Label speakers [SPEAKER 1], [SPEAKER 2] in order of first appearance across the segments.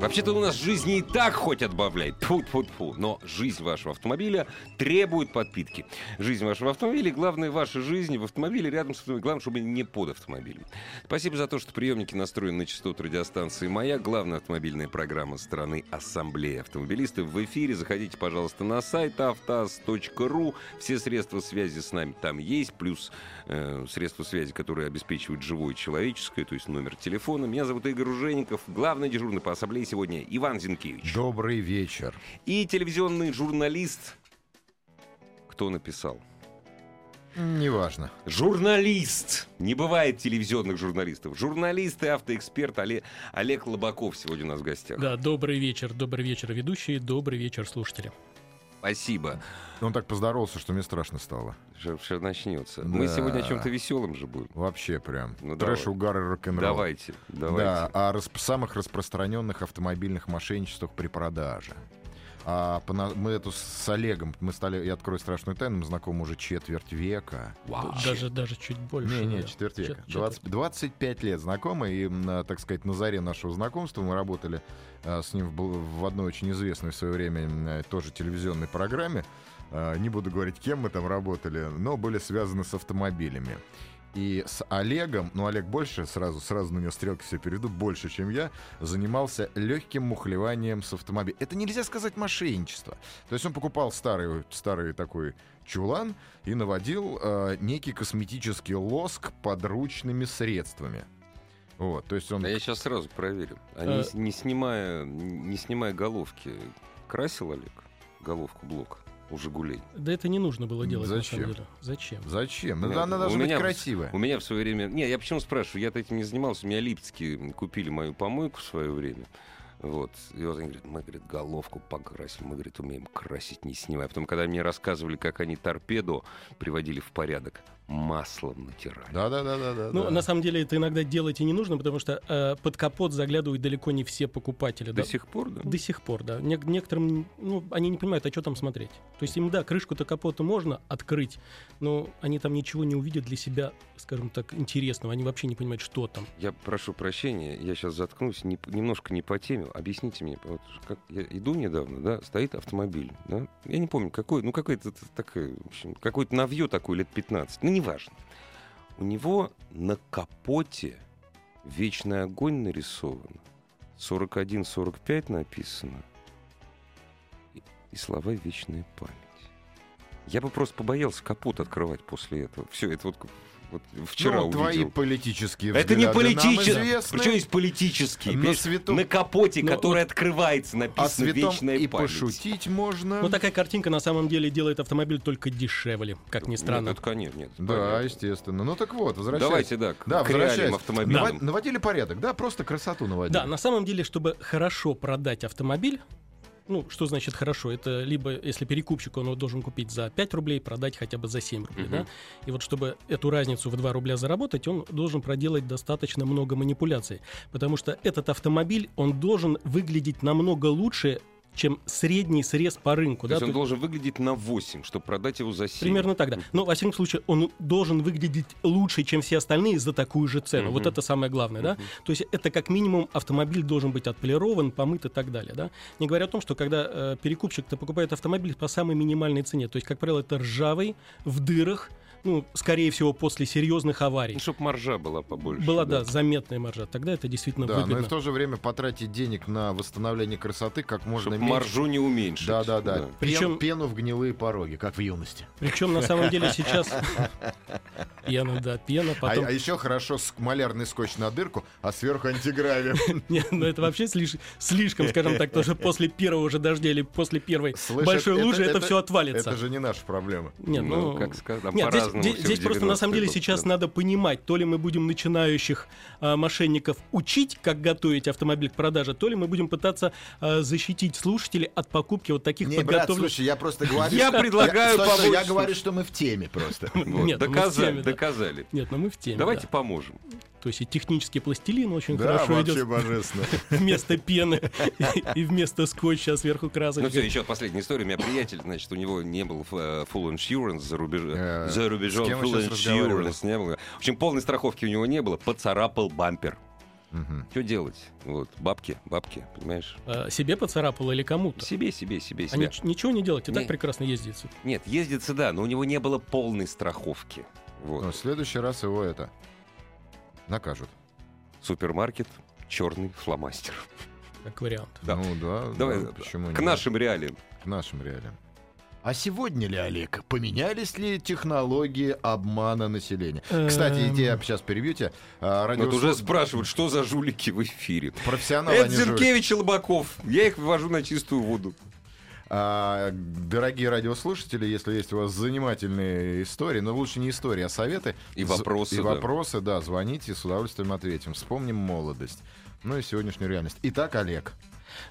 [SPEAKER 1] Вообще-то у нас жизни и так хоть отбавляй. Тьфу, тьфу, тьфу. Но жизнь вашего автомобиля требует подпитки. Жизнь вашего автомобиля, главное, ваша жизнь в автомобиле рядом с автомобилем. Главное, чтобы не под автомобилем. Спасибо за то, что приемники настроены на частоту радиостанции «Моя». Главная автомобильная программа страны Ассамблея автомобилистов в эфире. Заходите, пожалуйста, на сайт автоаз.ру. Все средства связи с нами там есть, плюс э, средства связи, которые обеспечивают живое человеческое, то есть номер телефона. Меня зовут Игорь Ужеников, главный дежурный по ассамблее сегодня Иван Зинкевич.
[SPEAKER 2] Добрый вечер.
[SPEAKER 1] И телевизионный журналист, кто написал?
[SPEAKER 2] Неважно.
[SPEAKER 1] Журналист! Не бывает телевизионных журналистов. Журналист и автоэксперт Оле- Олег Лобаков сегодня у нас в гостях.
[SPEAKER 3] Да, добрый вечер, добрый вечер, ведущие, добрый вечер, слушатели.
[SPEAKER 1] Спасибо.
[SPEAKER 2] Он так поздоровался, что мне страшно стало.
[SPEAKER 1] Все, начнется. Мы
[SPEAKER 2] Да.
[SPEAKER 1] сегодня о чем-то веселом же будем.
[SPEAKER 2] Вообще прям.
[SPEAKER 1] Ну,
[SPEAKER 2] Трэш,
[SPEAKER 1] давай.
[SPEAKER 2] угар и рок-н-ролл.
[SPEAKER 1] Давайте,
[SPEAKER 2] Да,
[SPEAKER 1] давайте.
[SPEAKER 2] о расп- самых распространенных автомобильных мошенничествах при продаже. А по на- мы эту с Олегом, мы стали, я открою страшную тайну, мы знакомы уже четверть века.
[SPEAKER 1] Вау.
[SPEAKER 3] Даже, даже чуть больше.
[SPEAKER 2] Не, не,
[SPEAKER 3] да.
[SPEAKER 2] четверть
[SPEAKER 3] Чет-
[SPEAKER 2] века.
[SPEAKER 3] четверть.
[SPEAKER 2] 20 25 лет знакомы, и, м, на, так сказать, на заре нашего знакомства мы работали э, с ним в, бл- в одной очень известной в свое время м, э, тоже телевизионной программе. Э, не буду говорить, кем мы там работали, но были связаны с автомобилями. И с Олегом, ну Олег больше, сразу, сразу на него стрелки все перейду, больше, чем я, занимался легким мухлеванием с автомобиля. Это нельзя сказать мошенничество. То есть он покупал старый, старый такой чулан и наводил э, некий косметический лоск подручными средствами. Вот, то есть он...
[SPEAKER 1] Да я сейчас сразу проверю. А не,
[SPEAKER 3] Э.
[SPEAKER 1] с- не снимая, не снимая головки, красил Олег головку блок у «Жигулей»?
[SPEAKER 3] Да это не нужно было делать,
[SPEAKER 2] Зачем?
[SPEAKER 3] на самом деле. Зачем?
[SPEAKER 2] Зачем? Ну,
[SPEAKER 1] Нет,
[SPEAKER 2] она
[SPEAKER 1] у
[SPEAKER 2] должна
[SPEAKER 1] меня
[SPEAKER 2] быть
[SPEAKER 1] в-
[SPEAKER 2] красивая.
[SPEAKER 1] У меня в свое время... Не, я почему спрашиваю? Я-то этим не занимался. У меня липцкие купили мою помойку в свое время. Вот. И вот они говорят, мы, говорит, головку покрасим. Мы, говорит, умеем красить, не снимая. Потом, когда мне рассказывали, как они торпеду приводили в порядок, маслом натирали.
[SPEAKER 2] Да-да-да-да.
[SPEAKER 3] Ну, на самом деле, это иногда делать и не нужно, потому что э, под капот заглядывают далеко не все покупатели.
[SPEAKER 1] До
[SPEAKER 3] да.
[SPEAKER 1] сих пор, да?
[SPEAKER 3] До сих пор, да. Нек- некоторым, ну, они не понимают, а что там смотреть. То есть им, да, крышку-то капота можно открыть, но они там ничего не увидят для себя, скажем так, интересного. Они вообще не понимают, что там.
[SPEAKER 1] Я прошу прощения, я сейчас заткнусь, не- немножко не по теме. Объясните мне, вот как я иду недавно, да, стоит автомобиль, да, я не помню, какой, ну, какой-то т- такой, в общем, какое-то навье такое лет 15, ну, неважно. У него на капоте вечный огонь нарисован, 41-45 написано, и, и слова «Вечная память». Я бы просто побоялся капот открывать после этого. Все, это вот, вот вчера
[SPEAKER 2] Ну, твои
[SPEAKER 1] увидел.
[SPEAKER 2] политические
[SPEAKER 1] Это не
[SPEAKER 2] взгляды нам
[SPEAKER 1] политический.
[SPEAKER 2] известны.
[SPEAKER 1] Причем есть политический.
[SPEAKER 2] На
[SPEAKER 1] На,
[SPEAKER 2] святом-
[SPEAKER 1] на капоте,
[SPEAKER 3] Ну,
[SPEAKER 1] который открывается,
[SPEAKER 2] О
[SPEAKER 1] написано
[SPEAKER 2] святом
[SPEAKER 1] вечная
[SPEAKER 2] а и
[SPEAKER 1] память.
[SPEAKER 2] пошутить можно.
[SPEAKER 3] Но такая картинка на самом деле делает автомобиль только дешевле, как ни странно.
[SPEAKER 1] Нет, Ну, это, конечно, нет.
[SPEAKER 2] Да,
[SPEAKER 1] понятно.
[SPEAKER 2] естественно. Ну так вот, возвращайся.
[SPEAKER 1] Давайте, да, к,
[SPEAKER 2] Да,
[SPEAKER 1] к реалиям
[SPEAKER 2] возвращаясь. Нава-
[SPEAKER 1] автомобильным.
[SPEAKER 2] Наводили порядок, да, просто красоту наводили.
[SPEAKER 3] Да, на самом деле, чтобы хорошо продать автомобиль, ну, что значит хорошо? Это либо, если перекупщик, он его должен купить за 5 рублей, продать хотя бы за 7 рублей,
[SPEAKER 1] Мгм.
[SPEAKER 3] да? И вот чтобы эту разницу в 2 рубля заработать, он должен проделать достаточно много манипуляций. Потому что этот автомобиль, он должен выглядеть намного лучше, чем средний срез по рынку.
[SPEAKER 1] То есть
[SPEAKER 3] Ну, да?
[SPEAKER 1] он
[SPEAKER 3] То-
[SPEAKER 1] должен выглядеть на 8, чтобы продать его за 7.
[SPEAKER 3] Примерно так, да. Но, во всяком случае, он должен выглядеть лучше, чем все остальные за такую же цену.
[SPEAKER 1] Мгм.
[SPEAKER 3] Вот это самое главное, да? То есть это как минимум автомобиль должен быть отполирован, помыт и так далее, да? Не говоря о том, что когда э, перекупщик-то покупает автомобиль по самой минимальной цене, то есть, как правило, это ржавый, в дырах, ну, скорее всего, после серьезных аварий.
[SPEAKER 1] чтобы Ну, маржа была побольше.
[SPEAKER 3] Была, да, заметная маржа. Тогда это действительно
[SPEAKER 2] Да, но и
[SPEAKER 3] выгодно.
[SPEAKER 2] в то же время потратить денег на восстановление красоты как можно
[SPEAKER 1] Чтобы
[SPEAKER 2] меньше.
[SPEAKER 1] маржу не уменьшить.
[SPEAKER 2] Да, да, да. Пен-
[SPEAKER 3] Причем-
[SPEAKER 2] пену в гнилые пороги, как в юности.
[SPEAKER 3] Причем на самом деле сейчас Пена, да, пена. Потом...
[SPEAKER 2] А, еще хорошо ск- малярный скотч на дырку, а сверху антигравий.
[SPEAKER 3] Не, ну это вообще слиш- слишком, скажем так, тоже после первого же дождя или после первой
[SPEAKER 2] Слышь,
[SPEAKER 3] большой
[SPEAKER 2] это-
[SPEAKER 3] лужи это,
[SPEAKER 2] это-
[SPEAKER 3] все отвалится.
[SPEAKER 2] Это же не наша проблема.
[SPEAKER 3] Не,
[SPEAKER 1] Ну,
[SPEAKER 3] ну,
[SPEAKER 1] как сказать, там
[SPEAKER 3] Нет, здесь,
[SPEAKER 1] по-разному
[SPEAKER 3] здесь-
[SPEAKER 1] всё в
[SPEAKER 3] здесь просто на самом деле
[SPEAKER 1] 90-е
[SPEAKER 3] сейчас
[SPEAKER 1] было.
[SPEAKER 3] надо понимать, то ли мы будем начинающих а, мошенников учить, как готовить автомобиль к продаже, то ли мы будем пытаться а, защитить слушателей от покупки вот таких
[SPEAKER 4] Не, брат,
[SPEAKER 3] подготовленных.
[SPEAKER 4] слушай, я просто говорю...
[SPEAKER 1] Я
[SPEAKER 4] что-
[SPEAKER 1] предлагаю
[SPEAKER 4] стой, стой,
[SPEAKER 1] помочь,
[SPEAKER 4] Я
[SPEAKER 1] слушай.
[SPEAKER 4] говорю, что мы в теме просто.
[SPEAKER 1] Вот,
[SPEAKER 3] Нет, ну, мы в
[SPEAKER 1] доказали,
[SPEAKER 3] теме, да.
[SPEAKER 1] доказали.
[SPEAKER 3] Нет, ну мы в теме.
[SPEAKER 1] Давайте
[SPEAKER 3] да.
[SPEAKER 1] поможем.
[SPEAKER 3] То есть и технический пластилин очень
[SPEAKER 2] Да,
[SPEAKER 3] хорошо идет
[SPEAKER 2] вообще божественно.
[SPEAKER 3] вместо пены и вместо скотча сверху красочки.
[SPEAKER 1] Ну все, еще последняя история. У меня приятель, значит, у него не был э, full insurance за
[SPEAKER 2] Э,
[SPEAKER 1] рубежом. За рубежом
[SPEAKER 2] с кем вы
[SPEAKER 1] full
[SPEAKER 2] сейчас разговаривали?
[SPEAKER 1] insurance не было. В общем, полной страховки у него не было. Поцарапал бампер. Что делать? Вот, бабки, бабки, понимаешь?
[SPEAKER 3] А, Себе поцарапало или кому-то?
[SPEAKER 1] Себе, себе, себе,
[SPEAKER 3] А
[SPEAKER 1] себе.
[SPEAKER 3] нич- ничего не делать, и так
[SPEAKER 1] Не.
[SPEAKER 3] прекрасно ездится.
[SPEAKER 1] Нет, ездится, да, но у него не было полной страховки. Вот.
[SPEAKER 2] Но Ну, в следующий раз его это накажут.
[SPEAKER 1] Супермаркет, черный фломастер.
[SPEAKER 3] Как вариант.
[SPEAKER 1] Да.
[SPEAKER 2] Ну да,
[SPEAKER 1] Давай,
[SPEAKER 2] да, почему
[SPEAKER 1] К
[SPEAKER 2] нет?
[SPEAKER 1] нашим реалиям.
[SPEAKER 2] К нашим реалиям.
[SPEAKER 4] А сегодня ли, Олег, поменялись ли технологии обмана населения?
[SPEAKER 3] Эм.
[SPEAKER 4] Кстати,
[SPEAKER 2] Кстати, идея, сейчас перебьете. А,
[SPEAKER 1] Вот
[SPEAKER 2] радиослуш-
[SPEAKER 1] уже спрашивают, что за жулики в эфире.
[SPEAKER 2] Профессионалы,
[SPEAKER 1] Это
[SPEAKER 2] они же-
[SPEAKER 1] Зинкевич и Лобаков. Я их вывожу на чистую воду.
[SPEAKER 2] А, дорогие радиослушатели, если есть у вас занимательные истории, но лучше не истории, а советы.
[SPEAKER 1] И
[SPEAKER 2] з-
[SPEAKER 1] вопросы,
[SPEAKER 2] И
[SPEAKER 1] да.
[SPEAKER 2] вопросы, да, звоните, с удовольствием ответим. Вспомним молодость. Ну и сегодняшнюю реальность. Итак, Олег.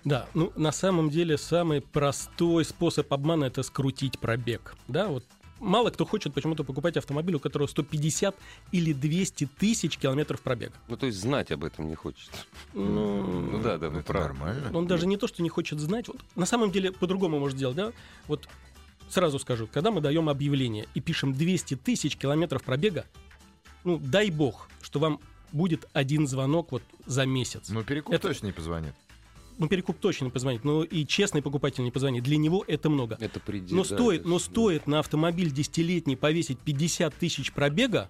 [SPEAKER 3] Да, ну на самом деле самый простой способ обмана это скрутить пробег. Да, вот мало кто хочет почему-то покупать автомобиль, у которого 150 или 200 тысяч километров пробега.
[SPEAKER 1] Ну, то есть знать об этом не хочется.
[SPEAKER 3] Ну,
[SPEAKER 1] Ну да, да, вы
[SPEAKER 2] это
[SPEAKER 1] правы.
[SPEAKER 2] нормально.
[SPEAKER 3] Он даже не то, что не хочет знать. Вот, на самом деле по-другому может сделать, да? Вот сразу скажу, когда мы даем объявление и пишем 200 тысяч километров пробега, ну дай бог, что вам будет один звонок вот за месяц.
[SPEAKER 2] Ну, перекуп
[SPEAKER 3] Это-
[SPEAKER 2] точно не позвонит.
[SPEAKER 3] Ну, перекуп точно не позвонит, но и честный покупатель не позвонит. Для него это много.
[SPEAKER 1] Это предел.
[SPEAKER 3] Но
[SPEAKER 1] да,
[SPEAKER 3] стоит,
[SPEAKER 1] это
[SPEAKER 3] но
[SPEAKER 1] ж- да.
[SPEAKER 3] стоит на автомобиль десятилетний повесить 50 тысяч пробега,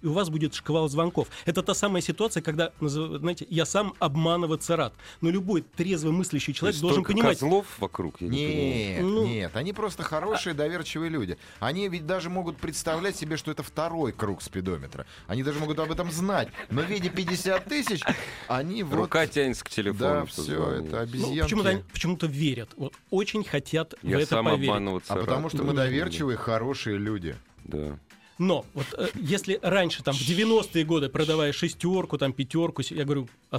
[SPEAKER 3] и у вас будет шквал звонков. Это та самая ситуация, когда, назыв- знаете, я сам обманываться рад. Но любой трезвый мыслящий
[SPEAKER 1] То
[SPEAKER 3] человек
[SPEAKER 1] есть
[SPEAKER 3] должен
[SPEAKER 1] столько
[SPEAKER 3] понимать,
[SPEAKER 1] козлов вокруг, я не понимаю.
[SPEAKER 2] нет,
[SPEAKER 3] Ну-
[SPEAKER 2] нет, они просто хорошие, доверчивые люди. Они ведь даже могут представлять себе, что это второй круг спидометра. Они даже могут об этом знать. Но в виде 50 тысяч они вот...
[SPEAKER 1] Рука тянется к телефону.
[SPEAKER 2] Да,
[SPEAKER 1] чтобы
[SPEAKER 2] все,
[SPEAKER 1] звонить.
[SPEAKER 2] это
[SPEAKER 3] ну,
[SPEAKER 2] обезьянки.
[SPEAKER 3] почему-то, они- почему-то верят. Вот очень хотят
[SPEAKER 1] Я
[SPEAKER 3] в это
[SPEAKER 1] сам
[SPEAKER 3] поверить.
[SPEAKER 1] обманываться.
[SPEAKER 2] А потому
[SPEAKER 1] рад.
[SPEAKER 2] что мы
[SPEAKER 1] Да.
[SPEAKER 2] доверчивые, хорошие люди.
[SPEAKER 1] Да.
[SPEAKER 3] Но вот э, если раньше, там, в 90-е годы, продавая шестерку, там, пятерку, я говорю о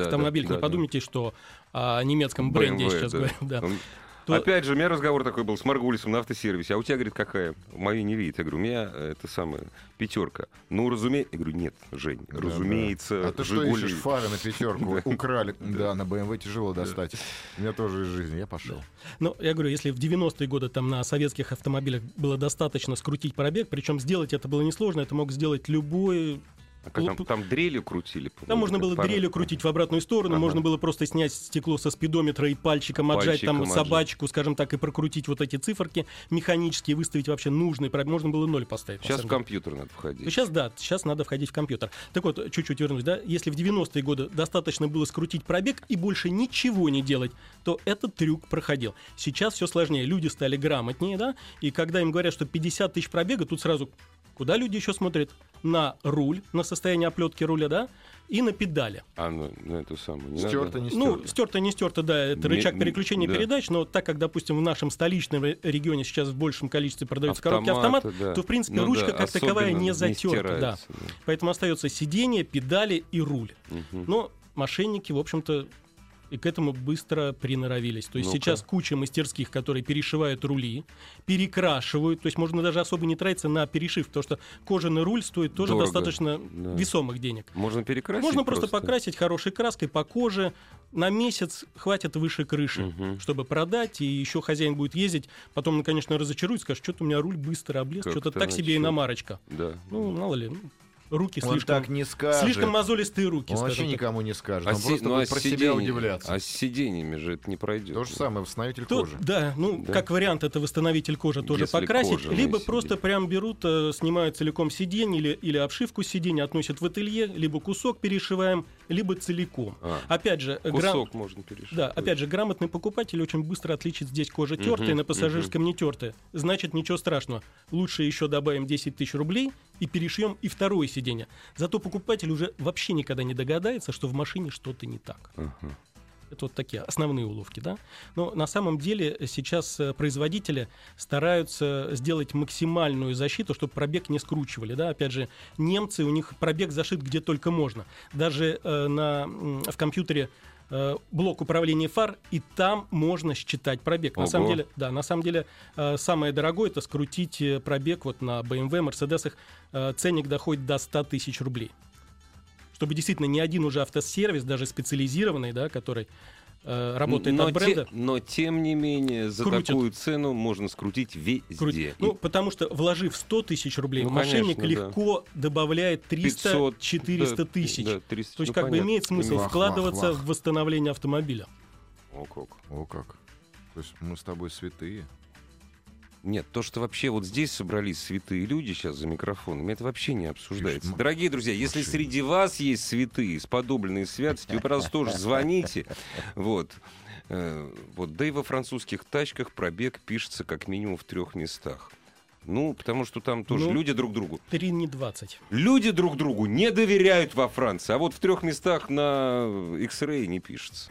[SPEAKER 1] Ну да,
[SPEAKER 3] автомобилях,
[SPEAKER 1] да,
[SPEAKER 3] не
[SPEAKER 1] да.
[SPEAKER 3] подумайте, что о немецком бренде я
[SPEAKER 1] BMW,
[SPEAKER 3] сейчас
[SPEAKER 1] да. Ну.
[SPEAKER 3] говорю. Да.
[SPEAKER 1] Он-
[SPEAKER 3] То-
[SPEAKER 1] Опять же, у меня разговор такой был с Маргулисом на автосервисе. А у тебя, говорит, какая? Мои не видит. Я говорю, у меня э, это самое, пятерка. Ну, разумеется. Я говорю, нет, Жень, разумеется,
[SPEAKER 2] А ты что
[SPEAKER 1] «Жигули».
[SPEAKER 2] ищешь фары на пятерку? Украли. Да, на BMW тяжело достать. У меня тоже из жизни. Я пошел.
[SPEAKER 3] Ну, я говорю, если в 90-е годы там на советских автомобилях было достаточно скрутить пробег, причем сделать это было несложно, это мог сделать любой...
[SPEAKER 1] А как там, там дрелью крутили? по-моему,
[SPEAKER 3] Там можно
[SPEAKER 1] как
[SPEAKER 3] было
[SPEAKER 1] пара-
[SPEAKER 3] дрелью крутить в обратную сторону,
[SPEAKER 1] Ну, Ага.
[SPEAKER 3] можно было просто снять стекло со спидометра и пальчиком отжать
[SPEAKER 1] Пальчиком
[SPEAKER 3] там
[SPEAKER 1] отжать.
[SPEAKER 3] собачку, скажем так, и прокрутить вот эти циферки механически, выставить вообще нужный пробег. Можно было ноль поставить. на
[SPEAKER 1] Сейчас в
[SPEAKER 3] самом деле.
[SPEAKER 1] компьютер надо входить.
[SPEAKER 3] Ну, Сейчас, да, сейчас надо входить в компьютер. Так вот, чуть-чуть вернусь, да, если в 90-е годы достаточно было скрутить пробег и больше ничего не делать, то этот трюк проходил. Сейчас все сложнее, люди стали грамотнее, да, и когда им говорят, что 50 тысяч пробега, тут сразу куда люди еще смотрят? На руль, на состояние оплетки руля, да, и на педали.
[SPEAKER 1] А, ну, ну, это самое. не надо.
[SPEAKER 2] Стерто, не
[SPEAKER 3] Ну,
[SPEAKER 2] стерто.
[SPEAKER 3] стерто, не стерто, да, это
[SPEAKER 1] Не-
[SPEAKER 3] рычаг переключения
[SPEAKER 1] да.
[SPEAKER 3] передач, но так как, допустим, в нашем столичном ре- регионе сейчас в большем количестве продаются коробки
[SPEAKER 1] Автоматы,
[SPEAKER 3] автомат,
[SPEAKER 1] да.
[SPEAKER 3] то, в принципе,
[SPEAKER 1] Ну
[SPEAKER 3] ручка
[SPEAKER 1] да,
[SPEAKER 3] как таковая
[SPEAKER 1] особенно
[SPEAKER 3] не затерта, да.
[SPEAKER 1] стирается,
[SPEAKER 3] Поэтому остается сиденье, педали и руль.
[SPEAKER 1] Мгм.
[SPEAKER 3] Но мошенники, в общем-то, и к этому быстро приноровились. То есть
[SPEAKER 1] Ну-ка.
[SPEAKER 3] сейчас куча мастерских, которые перешивают рули, перекрашивают. То есть можно даже особо не тратиться на перешив, потому что кожаный руль стоит тоже
[SPEAKER 1] Дорого,
[SPEAKER 3] достаточно
[SPEAKER 1] да.
[SPEAKER 3] весомых денег.
[SPEAKER 1] Можно перекрасить.
[SPEAKER 3] Можно просто, покрасить хорошей краской по коже. На месяц хватит выше крыши,
[SPEAKER 1] Мгм.
[SPEAKER 3] чтобы продать. И еще хозяин будет ездить. Потом, он, конечно, разочарует, скажет, что-то у меня руль быстро облез,
[SPEAKER 1] Как-то
[SPEAKER 3] что-то так себе
[SPEAKER 1] начал.
[SPEAKER 3] иномарочка.
[SPEAKER 1] Да.
[SPEAKER 3] Ну, мало ли, ну, руки
[SPEAKER 4] Он
[SPEAKER 3] слишком...
[SPEAKER 4] так не скажет.
[SPEAKER 3] Слишком мозолистые руки,
[SPEAKER 2] Он
[SPEAKER 3] скажем
[SPEAKER 2] вообще
[SPEAKER 3] так.
[SPEAKER 2] никому не скажет.
[SPEAKER 1] А
[SPEAKER 2] Он
[SPEAKER 1] си-
[SPEAKER 2] просто
[SPEAKER 1] ну, а
[SPEAKER 2] будет про себя
[SPEAKER 1] сиденья-
[SPEAKER 2] удивляться.
[SPEAKER 1] А с сиденьями же это не пройдет.
[SPEAKER 2] То же самое, восстановитель
[SPEAKER 3] То-
[SPEAKER 2] кожи.
[SPEAKER 3] да, ну,
[SPEAKER 1] Да.
[SPEAKER 3] как вариант, это восстановитель кожи тоже
[SPEAKER 1] Если
[SPEAKER 3] покрасить.
[SPEAKER 1] кожаное
[SPEAKER 3] либо
[SPEAKER 1] сиденье.
[SPEAKER 3] просто прям берут, э, снимают целиком сиденье или, или обшивку сиденья, относят в ателье, либо кусок перешиваем, либо целиком.
[SPEAKER 1] А,
[SPEAKER 3] Опять же, э, грам-
[SPEAKER 1] Кусок можно перешить.
[SPEAKER 3] Да, опять же, грамотный покупатель очень быстро отличит здесь кожа тертая,
[SPEAKER 1] Мгм,
[SPEAKER 3] на пассажирском не тертая. Значит, ничего страшного. Лучше еще добавим 10 тысяч рублей и перешьем и второе сиденье. Зато покупатель уже вообще никогда не догадается, что в машине что-то не так.
[SPEAKER 1] Мгм.
[SPEAKER 3] Это вот такие основные уловки, да. Но на самом деле сейчас э, производители стараются сделать максимальную защиту, чтобы пробег не скручивали, да. Опять же, немцы у них пробег зашит где только можно. Даже э, на м, в компьютере э, блок управления фар, и там можно считать пробег. На
[SPEAKER 1] Ого.
[SPEAKER 3] самом деле, да, на самом деле э, самое дорогое это скрутить э, пробег вот на BMW, Mercedes, э, ценник доходит до 100 тысяч рублей. Чтобы действительно ни один уже автосервис, даже специализированный, да, который э, работает
[SPEAKER 1] но
[SPEAKER 3] от бренда,
[SPEAKER 1] те- но тем не менее, за
[SPEAKER 3] Крутят.
[SPEAKER 1] такую цену можно скрутить везде.
[SPEAKER 3] крутит.
[SPEAKER 1] И
[SPEAKER 3] Ну, потому что вложив 100 тысяч рублей,
[SPEAKER 1] Ну,
[SPEAKER 3] мошенник
[SPEAKER 1] конечно, да.
[SPEAKER 3] легко добавляет
[SPEAKER 1] 500,
[SPEAKER 3] 300-400
[SPEAKER 1] да,
[SPEAKER 3] тысяч.
[SPEAKER 1] да, 300,
[SPEAKER 3] То есть
[SPEAKER 1] ну,
[SPEAKER 3] как бы
[SPEAKER 1] понятно.
[SPEAKER 3] имеет смысл
[SPEAKER 2] Вах, вах,
[SPEAKER 3] вкладываться
[SPEAKER 2] вах.
[SPEAKER 3] в восстановление автомобиля.
[SPEAKER 1] Ок, ок.
[SPEAKER 2] О, как. То есть мы с тобой святые.
[SPEAKER 1] Нет, то, что вообще вот здесь собрались святые люди сейчас за микрофонами, это вообще не обсуждается.
[SPEAKER 2] Слушай, м-
[SPEAKER 1] Дорогие друзья, если
[SPEAKER 2] машина.
[SPEAKER 1] среди вас есть святые, сподобленные святости, вы, пожалуйста, тоже звоните. Вот. Э, вот. Да и во французских тачках пробег пишется как минимум в трех местах. Ну, потому что там тоже
[SPEAKER 3] Ну.
[SPEAKER 1] люди друг другу.
[SPEAKER 3] 3 не 20.
[SPEAKER 1] Люди друг другу не доверяют во Франции, а вот в трех местах на X-Ray не пишется.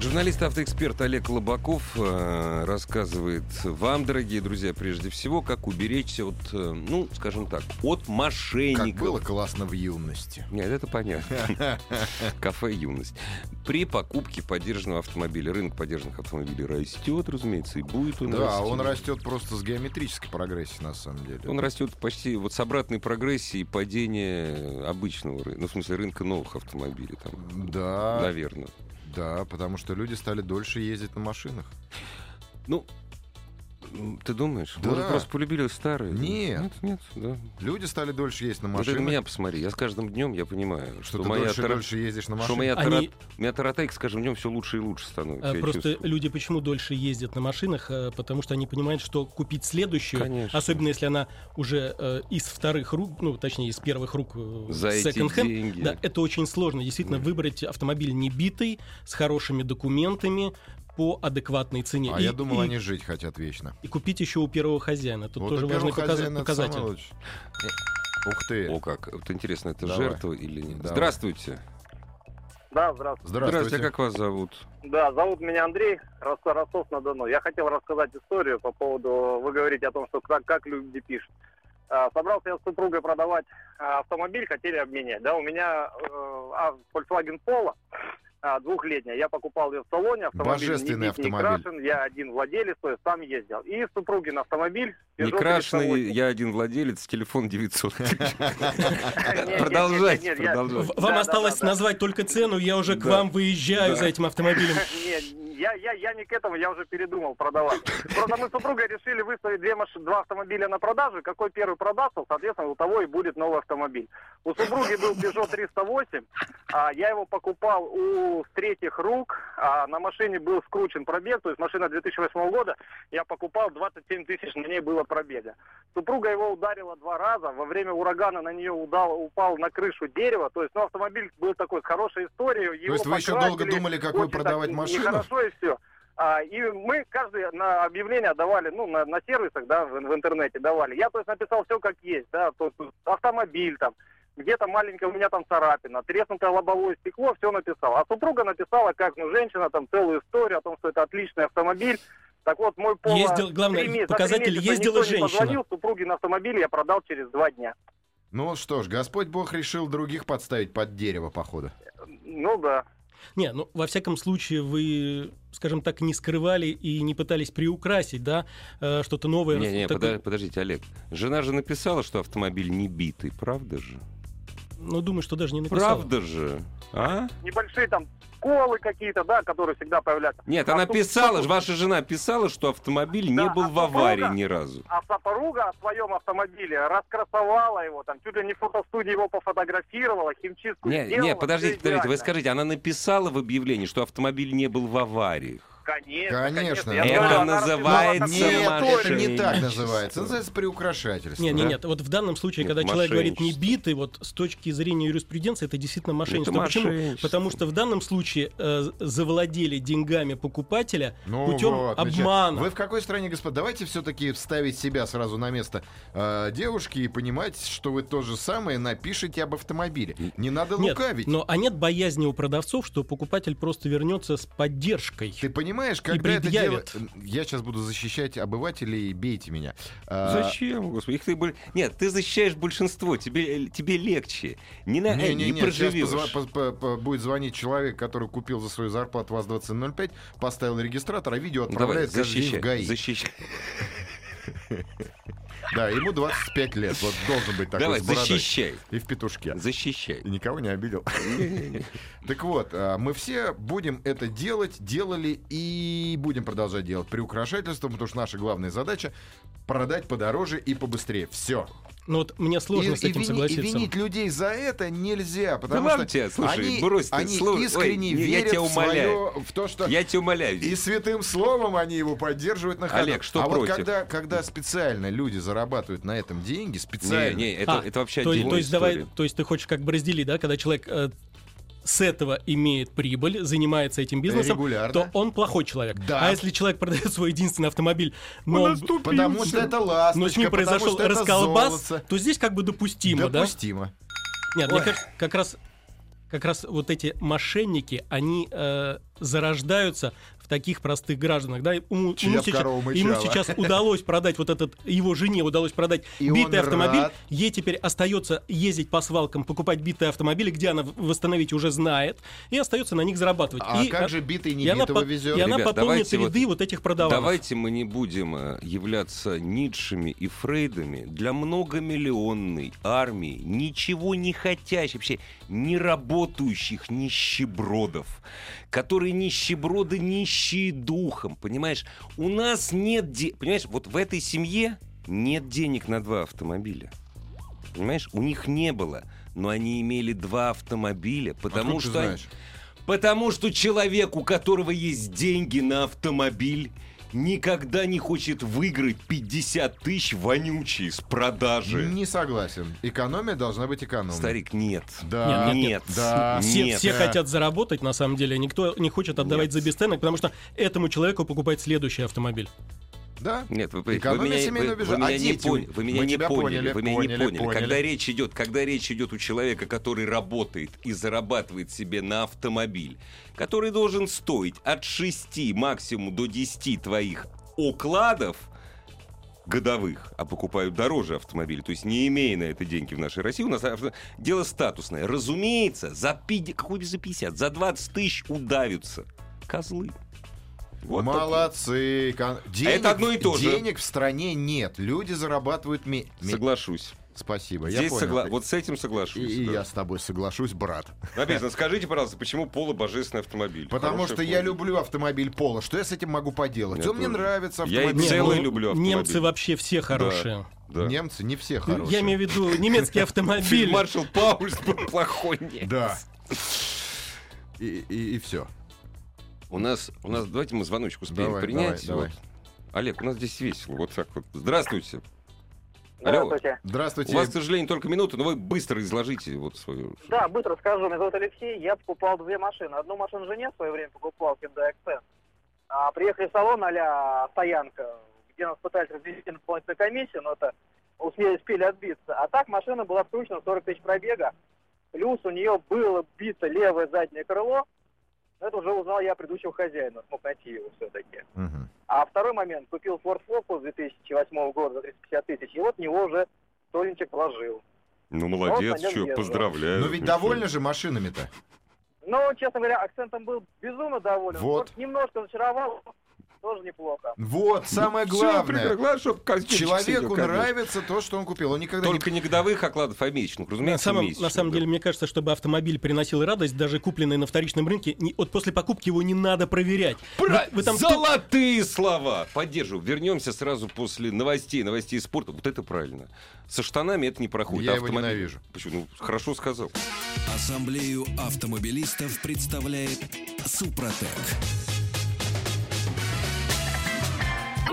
[SPEAKER 1] Журналист-автоэксперт Олег Лобаков э, рассказывает вам, дорогие друзья, прежде всего, как уберечься от, э, ну, скажем так, от
[SPEAKER 2] Как
[SPEAKER 1] мошенников.
[SPEAKER 2] было классно в юности.
[SPEAKER 1] Нет, это понятно. Кафе «Юность». При покупке поддержанного автомобиля, рынок поддержанных автомобилей растет, разумеется, и будет он
[SPEAKER 2] Да, он
[SPEAKER 1] расти.
[SPEAKER 2] растет просто с геометрической прогрессией, на самом деле.
[SPEAKER 1] Он растет почти вот с обратной прогрессией падения обычного рынка, ну, в смысле, рынка новых автомобилей. Там,
[SPEAKER 2] Да,
[SPEAKER 1] Наверное.
[SPEAKER 2] да, потому что люди стали дольше ездить на машинах.
[SPEAKER 1] Ну, м, ты думаешь?
[SPEAKER 2] Да.
[SPEAKER 1] Может, просто полюбили старые?
[SPEAKER 2] Нет.
[SPEAKER 1] Нет, нет, да.
[SPEAKER 2] Люди стали дольше ездить на
[SPEAKER 1] Вот это
[SPEAKER 2] машинах.
[SPEAKER 1] меня посмотри, я с каждым днем я понимаю,
[SPEAKER 2] Что
[SPEAKER 1] что,
[SPEAKER 2] ты
[SPEAKER 1] моя
[SPEAKER 2] дольше и
[SPEAKER 1] тара-
[SPEAKER 2] дольше ездишь на
[SPEAKER 1] что
[SPEAKER 2] машинах.
[SPEAKER 1] моя,
[SPEAKER 3] Они-
[SPEAKER 1] тара- моя таратайка с каждым днем все лучше и лучше становится.
[SPEAKER 3] А
[SPEAKER 1] я
[SPEAKER 3] Просто
[SPEAKER 1] чувствую.
[SPEAKER 3] люди почему дольше ездят на машинах? Э, Потому что они понимают, что купить следующую,
[SPEAKER 1] Конечно.
[SPEAKER 3] особенно если она уже э, из вторых рук, ну, точнее, из первых рук э,
[SPEAKER 1] За эти
[SPEAKER 3] секонд-хенд,
[SPEAKER 1] деньги.
[SPEAKER 3] да, это очень сложно. Действительно,
[SPEAKER 1] Да.
[SPEAKER 3] выбрать автомобиль не битый, с хорошими документами, по адекватной цене.
[SPEAKER 2] А
[SPEAKER 3] И-
[SPEAKER 2] я думал,
[SPEAKER 3] и-
[SPEAKER 2] они жить хотят вечно.
[SPEAKER 3] И купить еще у первого хозяина. Тут
[SPEAKER 2] Вот
[SPEAKER 3] тоже
[SPEAKER 2] у
[SPEAKER 3] важный
[SPEAKER 2] первого
[SPEAKER 3] показа-
[SPEAKER 2] хозяина это
[SPEAKER 3] показатель.
[SPEAKER 2] самое лучшее. Ух ты.
[SPEAKER 1] Э, О, как. Вот интересно, это
[SPEAKER 2] Давай.
[SPEAKER 1] жертва или нет?
[SPEAKER 2] Давай.
[SPEAKER 1] Здравствуйте.
[SPEAKER 5] Да, здравствуйте.
[SPEAKER 2] Здравствуйте.
[SPEAKER 1] а как вас зовут?
[SPEAKER 5] Да, зовут меня Андрей, Рос- Ростов-на-Дону. Я хотел рассказать историю по поводу, вы говорите о том, что как, как люди пишут. А, Собрался я с супругой продавать а, автомобиль, хотели обменять. Да, у меня э, а, Volkswagen Polo а, двухлетняя. Я покупал ее в салоне. Автомобиль
[SPEAKER 2] Божественный
[SPEAKER 5] не бит, не
[SPEAKER 2] автомобиль.
[SPEAKER 5] крашен. Я один владелец, то есть сам ездил. И супругин автомобиль.
[SPEAKER 1] Не
[SPEAKER 5] Peugeot
[SPEAKER 1] крашеный,
[SPEAKER 5] 308.
[SPEAKER 1] я один владелец, телефон 900.
[SPEAKER 5] нет, нет,
[SPEAKER 1] Продолжайте,
[SPEAKER 5] нет, я-
[SPEAKER 1] продолжайте.
[SPEAKER 3] В- Вам
[SPEAKER 5] Да, да,
[SPEAKER 3] осталось
[SPEAKER 5] да, да.
[SPEAKER 3] назвать только цену, я уже к
[SPEAKER 1] Да.
[SPEAKER 3] вам выезжаю
[SPEAKER 1] Да.
[SPEAKER 3] за этим автомобилем.
[SPEAKER 5] Не, я, я, я не к этому, я уже передумал продавать. Просто мы с супругой решили выставить две маш... два автомобиля на продажу. Какой первый продастся, соответственно, у того и будет новый автомобиль. У супруги был Peugeot 308, а я его покупал у с третьих рук. А на машине был скручен пробег, то есть машина 2008 года. Я покупал 27 тысяч, на ней было пробега. Супруга его ударила два раза. Во время урагана на нее удал, упал на крышу дерева. То есть, ну, автомобиль был такой с хорошей историей.
[SPEAKER 2] То есть вы еще долго думали, какую продавать машину?
[SPEAKER 5] Хорошо и все. и мы каждый на объявление давали, ну, на, на сервисах, да, в, в интернете давали. Я, то есть, написал все как есть, да, то, есть автомобиль там, где-то маленькая у меня там царапина, треснутое лобовое стекло, все написал. А супруга написала, как, ну, женщина, там, целую историю о том, что это отличный автомобиль. Так вот, мой пол...
[SPEAKER 3] Ездил- главное, показатель, ездила женщина.
[SPEAKER 5] позвонил, супруги на автомобиль я продал через два дня.
[SPEAKER 2] Ну что ж, Господь Бог решил других подставить под дерево, походу.
[SPEAKER 5] Ну, да.
[SPEAKER 3] Не, ну, во всяком случае, вы, скажем так, не скрывали и не пытались приукрасить, да, э, что-то новое.
[SPEAKER 1] Не, не,
[SPEAKER 3] такое.
[SPEAKER 1] подо- подождите, Олег. Жена же написала, что автомобиль не битый, правда же?
[SPEAKER 3] Ну, думаю, что даже не написала.
[SPEAKER 1] Правда же? А?
[SPEAKER 5] Небольшие там колы какие-то, да, которые всегда появляются.
[SPEAKER 1] Нет,
[SPEAKER 5] А
[SPEAKER 1] она
[SPEAKER 5] суп-
[SPEAKER 1] писала, ж- ваша жена писала, что автомобиль не
[SPEAKER 5] Да,
[SPEAKER 1] был
[SPEAKER 5] а
[SPEAKER 1] в аварии
[SPEAKER 5] супруга?
[SPEAKER 1] ни разу.
[SPEAKER 5] А супруга о своем автомобиле раскрасовала его, там чуть ли не в фотостудии его пофотографировала, химчистку
[SPEAKER 1] Не,
[SPEAKER 5] сделала.
[SPEAKER 1] не, подождите,
[SPEAKER 5] всё
[SPEAKER 1] подождите, вы
[SPEAKER 5] идеально.
[SPEAKER 1] скажите, она написала в объявлении, что автомобиль не был в авариях.
[SPEAKER 5] Конечно,
[SPEAKER 2] Конечно.
[SPEAKER 5] конечно.
[SPEAKER 1] Это
[SPEAKER 5] говорю, она
[SPEAKER 1] называется
[SPEAKER 5] расписала такую
[SPEAKER 1] Нет,
[SPEAKER 5] историю.
[SPEAKER 1] тоже
[SPEAKER 2] это не так
[SPEAKER 1] мошенничество.
[SPEAKER 2] называется. Это называется приукрашательство.
[SPEAKER 3] Нет,
[SPEAKER 1] Да.
[SPEAKER 3] нет, нет. Вот в данном случае,
[SPEAKER 1] Нет,
[SPEAKER 3] когда человек говорит не
[SPEAKER 1] мошенничество.
[SPEAKER 3] битый, вот с точки зрения юриспруденции, это действительно мошенничество. Почему?
[SPEAKER 1] мошенничество.
[SPEAKER 3] Потому что в данном случае э, завладели деньгами покупателя
[SPEAKER 2] Ну
[SPEAKER 3] путем
[SPEAKER 2] вот, значит,
[SPEAKER 3] обмана.
[SPEAKER 2] Вы в какой стране, господа? Давайте все-таки вставить себя сразу на место э, девушки и понимать, что вы то же самое напишите об автомобиле. Не надо
[SPEAKER 3] Нет,
[SPEAKER 2] лукавить.
[SPEAKER 3] но а нет боязни у продавцов, что покупатель просто вернется с поддержкой.
[SPEAKER 2] Ты понимаешь, когда это дело...
[SPEAKER 3] предъявят.
[SPEAKER 2] Я сейчас буду защищать обывателей, бейте меня. А,
[SPEAKER 1] Зачем, господи? Их ты боль- Нет, ты защищаешь большинство, тебе, э, тебе легче. Не, на... э,
[SPEAKER 2] Не, не,
[SPEAKER 1] не,
[SPEAKER 2] не,
[SPEAKER 1] проживешь.
[SPEAKER 2] сейчас позва- по- по- по- будет звонить человек, который купил за свою зарплату ВАЗ-2005, поставил регистратор, а видео
[SPEAKER 1] Ну, давай,
[SPEAKER 2] отправляет каждый день в
[SPEAKER 1] защищай,
[SPEAKER 2] ГАИ.
[SPEAKER 1] защищай.
[SPEAKER 2] Да, ему 25 лет, вот должен быть такой
[SPEAKER 1] Давай,
[SPEAKER 2] с бородой.
[SPEAKER 1] защищай,
[SPEAKER 2] И в петушке.
[SPEAKER 1] защищай.
[SPEAKER 2] И никого не обидел.
[SPEAKER 1] Не-не-не.
[SPEAKER 2] Так вот, а, мы все будем это делать, делали и будем продолжать делать приукрашательством, потому что наша главная задача продать подороже и побыстрее. Все.
[SPEAKER 3] Но Ну, вот мне сложно с этим согласиться.
[SPEAKER 2] винить людей за это нельзя,
[SPEAKER 1] Да
[SPEAKER 2] потому
[SPEAKER 1] ладно
[SPEAKER 2] что
[SPEAKER 1] тебя, слушай,
[SPEAKER 2] они,
[SPEAKER 1] брось ты,
[SPEAKER 2] они
[SPEAKER 1] слушай, ой,
[SPEAKER 2] искренне
[SPEAKER 1] не, я
[SPEAKER 2] верят
[SPEAKER 1] тебя
[SPEAKER 2] в,
[SPEAKER 1] умоляю.
[SPEAKER 2] своё- в то, что
[SPEAKER 1] Я тебя умоляю.
[SPEAKER 2] и святым словом они его поддерживают на ходу.
[SPEAKER 1] Олег, что
[SPEAKER 2] а
[SPEAKER 1] против?
[SPEAKER 2] вот когда, когда специально люди зарабатывают на этом деньги,
[SPEAKER 1] Не,
[SPEAKER 2] специально.
[SPEAKER 1] не, это,
[SPEAKER 3] А,
[SPEAKER 1] это вообще
[SPEAKER 3] то,
[SPEAKER 1] отдельная
[SPEAKER 3] то есть давай,
[SPEAKER 1] история.
[SPEAKER 3] то есть ты хочешь как бы разделить, да, когда человек э, с этого имеет прибыль, занимается этим бизнесом,
[SPEAKER 2] Регулярно.
[SPEAKER 3] то он плохой человек.
[SPEAKER 2] Да.
[SPEAKER 3] А если человек продает свой единственный автомобиль, но он,
[SPEAKER 2] ну, Потому что это ласточка,
[SPEAKER 3] но с ним
[SPEAKER 2] потому
[SPEAKER 3] произошел
[SPEAKER 2] что это
[SPEAKER 3] расколбас,
[SPEAKER 2] золото.
[SPEAKER 3] то здесь как бы допустимо, да?
[SPEAKER 2] Допустимо.
[SPEAKER 3] Нет, мне
[SPEAKER 2] Ой.
[SPEAKER 3] кажется, как раз как раз вот эти мошенники, они э, зарождаются в таких простых гражданах, да? и Ему, ему
[SPEAKER 2] Чья б
[SPEAKER 3] сейчас,
[SPEAKER 2] корова
[SPEAKER 3] ему
[SPEAKER 2] мычала.
[SPEAKER 3] сейчас удалось продать вот этот его жене удалось продать
[SPEAKER 2] И он
[SPEAKER 3] битый автомобиль.
[SPEAKER 2] рад.
[SPEAKER 3] Ей теперь остается ездить по свалкам, покупать битые автомобили, где она в- восстановить уже знает, и остается на них зарабатывать.
[SPEAKER 2] А
[SPEAKER 3] И,
[SPEAKER 2] как
[SPEAKER 3] а,
[SPEAKER 2] же битый
[SPEAKER 3] и она,
[SPEAKER 2] небитого
[SPEAKER 3] по-
[SPEAKER 2] везет? А
[SPEAKER 3] и она
[SPEAKER 1] Ребят,
[SPEAKER 3] пополнит
[SPEAKER 1] давайте вот-
[SPEAKER 3] ряды вот, этих продавцов.
[SPEAKER 1] Давайте мы не будем э, являться Ницшами и Фрейдами для многомиллионной армии ничего не хотящих, вообще не работающих нищебродов, которые нищеброды нищие духом, понимаешь? У нас нет... де- Понимаешь, вот в этой семье нет денег на два автомобиля. Понимаешь, у них не было, но они имели два автомобиля, потому
[SPEAKER 2] Откуда ты
[SPEAKER 1] что... они-
[SPEAKER 2] знаешь?
[SPEAKER 1] Потому что человек, у которого есть деньги на автомобиль, никогда не хочет выиграть 50 тысяч вонючие с продажи.
[SPEAKER 2] Не согласен. Экономия должна быть экономной.
[SPEAKER 1] Старик, нет.
[SPEAKER 2] Да.
[SPEAKER 3] Нет,
[SPEAKER 1] Нет.
[SPEAKER 2] Да.
[SPEAKER 3] Все,
[SPEAKER 1] Нет.
[SPEAKER 3] все
[SPEAKER 2] Да.
[SPEAKER 3] хотят заработать, на самом деле, никто не хочет отдавать
[SPEAKER 1] Нет.
[SPEAKER 3] за бесценок, потому что этому человеку покупает следующий автомобиль.
[SPEAKER 2] Да.
[SPEAKER 1] Нет, вы, вы
[SPEAKER 2] Экономия
[SPEAKER 1] меня,
[SPEAKER 2] семейного
[SPEAKER 1] вы- вы
[SPEAKER 2] бюджета.
[SPEAKER 1] меня
[SPEAKER 2] А
[SPEAKER 1] не
[SPEAKER 2] дети?
[SPEAKER 1] поняли. Вы меня
[SPEAKER 2] Мы
[SPEAKER 1] не
[SPEAKER 2] тебя
[SPEAKER 1] поняли.
[SPEAKER 2] поняли,
[SPEAKER 1] Вы меня не
[SPEAKER 2] поняли,
[SPEAKER 1] поняли.
[SPEAKER 2] поняли.
[SPEAKER 1] Когда речь идет, когда речь идет у человека, который работает и зарабатывает себе на автомобиль, который должен стоить от 6 максимум до 10 твоих укладов годовых, а покупают дороже автомобиль, то есть не имея на это деньги в нашей России, у нас авто- дело статусное. Разумеется, за, пи- какой за 50, за 20 тысяч удавятся козлы. Вот так. А
[SPEAKER 2] Молодцы. Эко- Денег,
[SPEAKER 1] это одно и то же.
[SPEAKER 2] Денег в стране нет. Люди зарабатывают ми... ми-
[SPEAKER 1] Соглашусь.
[SPEAKER 2] Спасибо. Типа, я
[SPEAKER 1] Здесь
[SPEAKER 2] понял.
[SPEAKER 1] согла- Вот с этим
[SPEAKER 2] И,
[SPEAKER 1] соглашусь.
[SPEAKER 2] и
[SPEAKER 1] да.
[SPEAKER 2] я с тобой соглашусь, брат.
[SPEAKER 1] Обязательно, скажите, пожалуйста, почему Пола божественный автомобиль?
[SPEAKER 2] Потому
[SPEAKER 1] Хороший
[SPEAKER 2] что я
[SPEAKER 1] автомобиль.
[SPEAKER 2] люблю автомобиль Пола. Что я с этим могу поделать?
[SPEAKER 1] Я
[SPEAKER 2] Он мне
[SPEAKER 1] тоже.
[SPEAKER 2] нравится
[SPEAKER 1] Я и
[SPEAKER 2] автомобиль.
[SPEAKER 3] Не,
[SPEAKER 1] целый
[SPEAKER 3] ну,
[SPEAKER 1] люблю автомобиль.
[SPEAKER 3] Немцы вообще все хорошие.
[SPEAKER 1] Да.
[SPEAKER 2] Немцы не все
[SPEAKER 3] Ну,
[SPEAKER 2] хорошие.
[SPEAKER 3] Я имею в виду немецкий
[SPEAKER 1] Фильм
[SPEAKER 3] автомобиль.
[SPEAKER 1] Маршал Паульс был плохой немец.
[SPEAKER 2] Да. И, все.
[SPEAKER 1] У нас, у нас, давайте мы звоночек успеем
[SPEAKER 2] Давай,
[SPEAKER 1] принять.
[SPEAKER 2] давай,
[SPEAKER 1] Вот. Олег, у нас здесь весело, вот так вот. Здравствуйте. Алло.
[SPEAKER 5] Здравствуйте.
[SPEAKER 2] Здравствуйте.
[SPEAKER 1] У вас, к сожалению, только минута, но вы быстро изложите вот свою...
[SPEAKER 5] Да, быстро скажу. Меня зовут Алексей. Я покупал две машины. Одну машину жене в свое время покупал, Hyundai Accent. А приехали в салон а стоянка, где нас пытались разделить на дополнительную комиссию, но это успели, успели отбиться. А так машина была включена 40 тысяч пробега. Плюс у нее было бито левое заднее крыло. Но это уже узнал я предыдущего хозяина, смог найти его все-таки.
[SPEAKER 2] Мгм.
[SPEAKER 5] А второй момент, купил Ford Focus 2008 года за 350 тысяч, и вот в него уже Толенчик вложил.
[SPEAKER 1] Ну,
[SPEAKER 5] молодец, Вот, а я чё, въезжал.
[SPEAKER 1] э,
[SPEAKER 5] поздравляю.
[SPEAKER 2] Ну ведь довольны же машинами-то.
[SPEAKER 5] Но, честно говоря, акцентом был безумно доволен.
[SPEAKER 2] Вот.
[SPEAKER 5] Может, немножко разочаровал, но тоже неплохо.
[SPEAKER 1] Ну,
[SPEAKER 2] Вот, самое главное.
[SPEAKER 1] Главное, чтобы костюмчик сидел,
[SPEAKER 2] Человеку
[SPEAKER 1] конечно.
[SPEAKER 2] нравится то, что он купил. Он никогда
[SPEAKER 1] Только не годовых окладов, а месячных.
[SPEAKER 3] На
[SPEAKER 1] Разумеется,
[SPEAKER 3] самом, на
[SPEAKER 1] месячных,
[SPEAKER 3] самом
[SPEAKER 1] да.
[SPEAKER 3] деле, мне кажется, чтобы автомобиль приносил радость, даже купленный на вторичном рынке, не- вот после покупки его не надо проверять. Вы- вы там тык-
[SPEAKER 1] Золотые слова! Поддерживаю. Вернемся сразу после новостей, новостей спорта. Вот это правильно. Со штанами это не проходит.
[SPEAKER 2] Я
[SPEAKER 1] А
[SPEAKER 2] его
[SPEAKER 1] автомобиль-
[SPEAKER 2] ненавижу.
[SPEAKER 1] Почему? Ну, хорошо сказал.
[SPEAKER 6] Ассамблею автомобилистов представляет Супротек.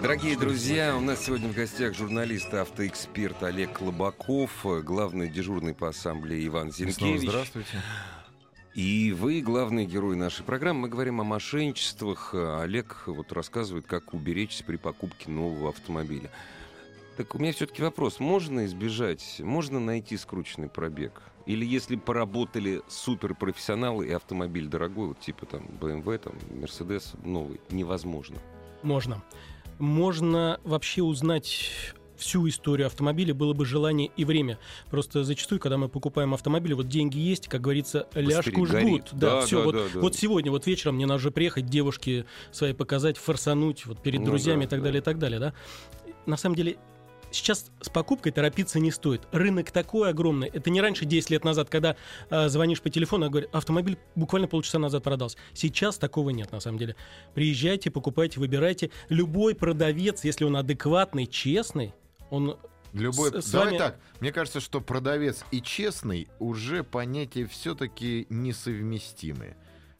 [SPEAKER 1] Дорогие друзья, у нас сегодня в гостях журналист и автоэксперт Олег Клобаков, э, главный дежурный по ассамблее Иван
[SPEAKER 2] Снова
[SPEAKER 1] Зинкевич.
[SPEAKER 2] здравствуйте.
[SPEAKER 1] И вы главный герой нашей программы. Мы говорим о мошенничествах. Э, Олег вот рассказывает, как уберечься при покупке нового автомобиля. Так у меня все-таки вопрос. Можно избежать, можно найти скрученный пробег? Или если поработали суперпрофессионалы и автомобиль дорогой, вот типа там BMW, там Mercedes новый, невозможно.
[SPEAKER 3] Можно. Можно вообще узнать всю историю автомобиля, было бы желание и время. Просто зачастую, когда мы покупаем автомобиль, вот деньги есть, как говорится, ляжку
[SPEAKER 1] горит.
[SPEAKER 3] жгут.
[SPEAKER 1] Да,
[SPEAKER 3] Да, все.
[SPEAKER 1] да,
[SPEAKER 3] вот,
[SPEAKER 1] да, да.
[SPEAKER 3] вот сегодня, вот вечером мне надо же приехать девушке своей показать, форсануть вот перед
[SPEAKER 1] Ну
[SPEAKER 3] друзьями
[SPEAKER 1] да,
[SPEAKER 3] и так
[SPEAKER 1] да.
[SPEAKER 3] далее, и так далее, да. На самом деле, сейчас с покупкой торопиться не стоит. Рынок такой огромный. Это не раньше 10 лет назад, когда э, звонишь по телефону, а говорят, автомобиль буквально полчаса назад продался. Сейчас такого нет, на самом деле. Приезжайте, покупайте, выбирайте. Любой продавец, если он адекватный, честный, он
[SPEAKER 2] Любой...
[SPEAKER 3] С- с
[SPEAKER 2] Давай
[SPEAKER 3] вами-
[SPEAKER 2] так. Мне кажется, что продавец и честный уже понятия все-таки несовместимы.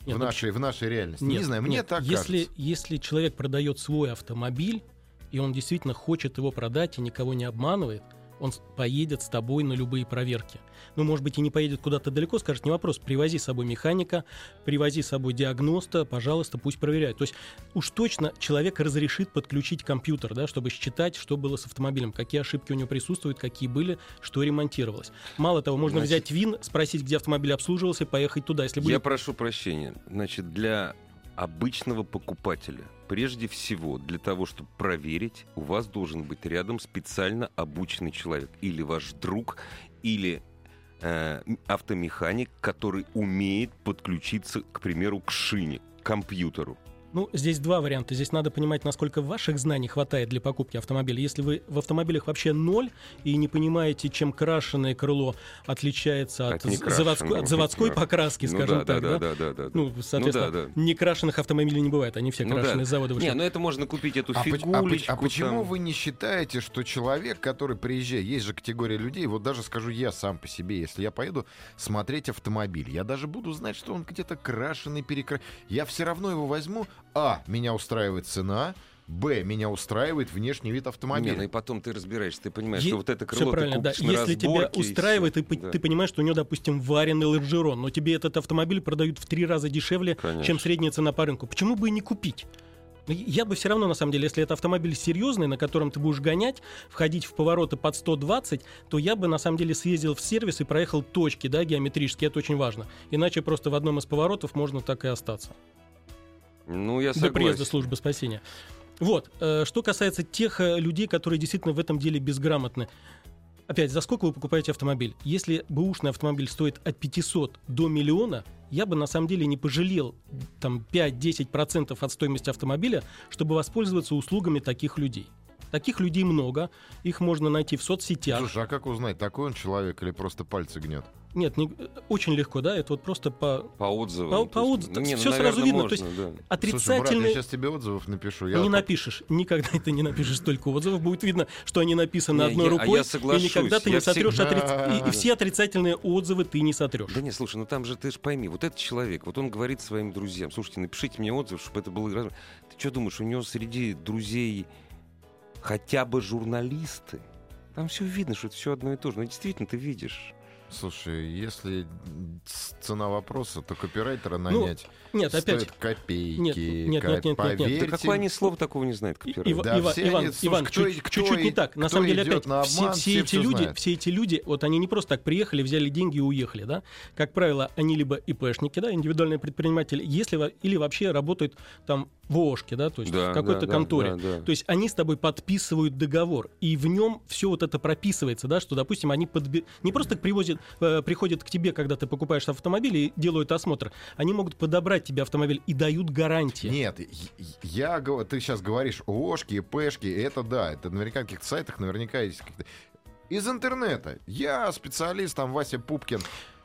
[SPEAKER 3] Нет,
[SPEAKER 2] в,
[SPEAKER 3] ну
[SPEAKER 2] нашей, в нашей реальности.
[SPEAKER 3] Нет,
[SPEAKER 2] не знаю, мне
[SPEAKER 3] нет.
[SPEAKER 2] так
[SPEAKER 3] если,
[SPEAKER 2] кажется.
[SPEAKER 3] если человек продает свой автомобиль, и он действительно хочет его продать и никого не обманывает, он с- поедет с тобой на любые проверки. Ну, может быть, и не поедет куда-то далеко, скажет, не вопрос, привози с собой механика, привози с собой диагноста, пожалуйста, пусть проверяют. То есть уж точно человек разрешит подключить компьютер, да, чтобы считать, что было с автомобилем, какие ошибки у него присутствуют, какие были, что ремонтировалось. Мало того, можно
[SPEAKER 1] Значит-
[SPEAKER 3] взять ВИН, спросить, где автомобиль обслуживался, и поехать туда. Если были
[SPEAKER 1] Я прошу прощения. Значит, для обычного покупателя, прежде всего, для того, чтобы проверить, у вас должен быть рядом специально обученный человек. Или ваш друг, или э, м- автомеханик, который умеет подключиться, к примеру, к шине, к компьютеру.
[SPEAKER 3] Ну, здесь два варианта. Здесь надо понимать, насколько ваших знаний хватает для покупки автомобиля. Если вы в автомобилях вообще ноль и не понимаете, чем крашеное крыло отличается
[SPEAKER 1] От
[SPEAKER 3] от,
[SPEAKER 1] некрашенного.
[SPEAKER 3] заводской, от заводской покраски,
[SPEAKER 1] Ну
[SPEAKER 3] скажем
[SPEAKER 1] да,
[SPEAKER 3] так,
[SPEAKER 1] да, да, да, да, да.
[SPEAKER 3] Ну, соответственно,
[SPEAKER 1] да, да.
[SPEAKER 3] некрашенных автомобилей не бывает, они все
[SPEAKER 1] Ну да.
[SPEAKER 3] крашеные с завода вышли.
[SPEAKER 1] Не, ну это можно купить эту
[SPEAKER 2] А, поч- а поч- а
[SPEAKER 1] фигулечку.
[SPEAKER 2] почему
[SPEAKER 1] там.
[SPEAKER 2] вы не считаете, что человек, который приезжает, есть же категория людей, вот даже скажу я сам по себе, если я поеду смотреть автомобиль, я даже буду знать, что он где-то крашеный, перекра... Я все равно его возьму. А, меня устраивает цена. Б, меня устраивает внешний вид
[SPEAKER 1] Не,
[SPEAKER 2] автомобиля.
[SPEAKER 1] ну и потом ты разбираешься, ты понимаешь,
[SPEAKER 3] Е-
[SPEAKER 1] что вот это
[SPEAKER 3] Все
[SPEAKER 1] крыло ты
[SPEAKER 3] правильно, да.
[SPEAKER 1] купишь на
[SPEAKER 3] Если тебя
[SPEAKER 1] разборке, и
[SPEAKER 3] устраивает,
[SPEAKER 1] всё.
[SPEAKER 3] и по-
[SPEAKER 1] Да.
[SPEAKER 3] ты понимаешь, что у него, допустим, вареный лонжерон, но тебе этот автомобиль продают в три раза дешевле,
[SPEAKER 1] Конечно.
[SPEAKER 3] чем средняя цена по рынку. Почему бы и не купить? Ну, Я бы все равно, на самом деле, если это автомобиль серьезный, на котором ты будешь гонять, входить в повороты под 120, то я бы, на самом деле, съездил в сервис и проехал точки, да, геометрические, это очень важно. Иначе просто в одном из поворотов можно так и остаться.
[SPEAKER 1] Ну, я
[SPEAKER 3] До приезда
[SPEAKER 1] согласен.
[SPEAKER 3] службы спасения. Вот, э, что касается тех э, людей, которые действительно в этом деле безграмотны. Опять, за сколько вы покупаете автомобиль? Если бэушный автомобиль стоит от 500 до миллиона, я бы на самом деле не пожалел там 5-10% от стоимости автомобиля, чтобы воспользоваться услугами таких людей. Таких людей много, их можно найти в соцсетях.
[SPEAKER 2] Слушай, а как узнать, такой он человек или просто пальцы гнет?
[SPEAKER 3] Нет, не- э, очень легко, да, это вот просто по
[SPEAKER 1] По отзывам.
[SPEAKER 3] По-
[SPEAKER 1] то
[SPEAKER 3] по
[SPEAKER 1] есть,
[SPEAKER 3] отзывам.
[SPEAKER 1] ну, не, ну,
[SPEAKER 3] Всё сразу
[SPEAKER 1] наверное,
[SPEAKER 3] видно, то
[SPEAKER 1] можно, да.
[SPEAKER 2] Слушай, брат, я
[SPEAKER 3] отрицательные...
[SPEAKER 2] сейчас тебе отзывов напишу. Я
[SPEAKER 1] Ну,
[SPEAKER 3] не
[SPEAKER 2] вот-
[SPEAKER 3] напишешь. Никогда ты не напишешь столько отзывов. Будет видно, что они написаны
[SPEAKER 1] Не,
[SPEAKER 3] одной
[SPEAKER 1] я- а
[SPEAKER 3] рукой.
[SPEAKER 1] я соглашусь.
[SPEAKER 3] И никогда ты
[SPEAKER 1] Я
[SPEAKER 3] не сотрешь
[SPEAKER 1] всегда-
[SPEAKER 3] отриц- и, и все отрицательные отзывы ты не сотрешь.
[SPEAKER 1] Да не, слушай, ну там же ты же пойми, вот этот человек, вот он говорит своим друзьям, слушайте, напишите мне отзыв, чтобы это было... раз- Ты что думаешь, у него среди друзей хотя бы журналисты? Там все видно, что это все одно и то же. Ну, действительно, ты видишь.
[SPEAKER 2] Слушай, если ц- цена вопроса, то копирайтера
[SPEAKER 1] Ну,
[SPEAKER 2] нанять
[SPEAKER 3] Нет, опять.
[SPEAKER 2] стоит копейки.
[SPEAKER 3] Нет, нет, нет, нет, нет, нет. Да
[SPEAKER 1] Да
[SPEAKER 2] Поверьте,
[SPEAKER 1] какое они слово такого не знают,
[SPEAKER 3] И-
[SPEAKER 1] копирайтер?
[SPEAKER 3] Ива-
[SPEAKER 2] Да,
[SPEAKER 3] Ива-
[SPEAKER 2] все
[SPEAKER 3] Иван,
[SPEAKER 2] они, слушай,
[SPEAKER 3] Иван,
[SPEAKER 2] кто
[SPEAKER 3] чуть-
[SPEAKER 2] и- кто
[SPEAKER 3] чуть-чуть
[SPEAKER 2] и-
[SPEAKER 3] не так.
[SPEAKER 2] кто
[SPEAKER 3] На самом деле,
[SPEAKER 2] идет
[SPEAKER 3] опять,
[SPEAKER 2] на
[SPEAKER 3] все,
[SPEAKER 2] обман,
[SPEAKER 3] все
[SPEAKER 2] все
[SPEAKER 3] эти
[SPEAKER 2] всё
[SPEAKER 3] люди,
[SPEAKER 2] знают.
[SPEAKER 3] все эти люди, вот они не просто так приехали, взяли деньги и уехали, да? Как правило, они либо ИПшники, да, индивидуальные предприниматели, если, во- или вообще работают там в ООшке, да, то есть
[SPEAKER 1] Да,
[SPEAKER 3] в какой-то
[SPEAKER 1] да, да,
[SPEAKER 3] конторе.
[SPEAKER 1] да, да.
[SPEAKER 3] То есть они с тобой подписывают договор, и в нем все вот это прописывается, да, что, допустим, они подби- не просто привозят, э, приходят к тебе, когда ты покупаешь автомобиль и делают осмотр, они могут подобрать тебе автомобиль и дают гарантии.
[SPEAKER 2] Нет, и- и- я гов- ты сейчас говоришь ООшки, ИПшки, это да, это наверняка на каких-то сайтах наверняка есть какие-то Из интернета. Я специалист, там Вася Пупкин.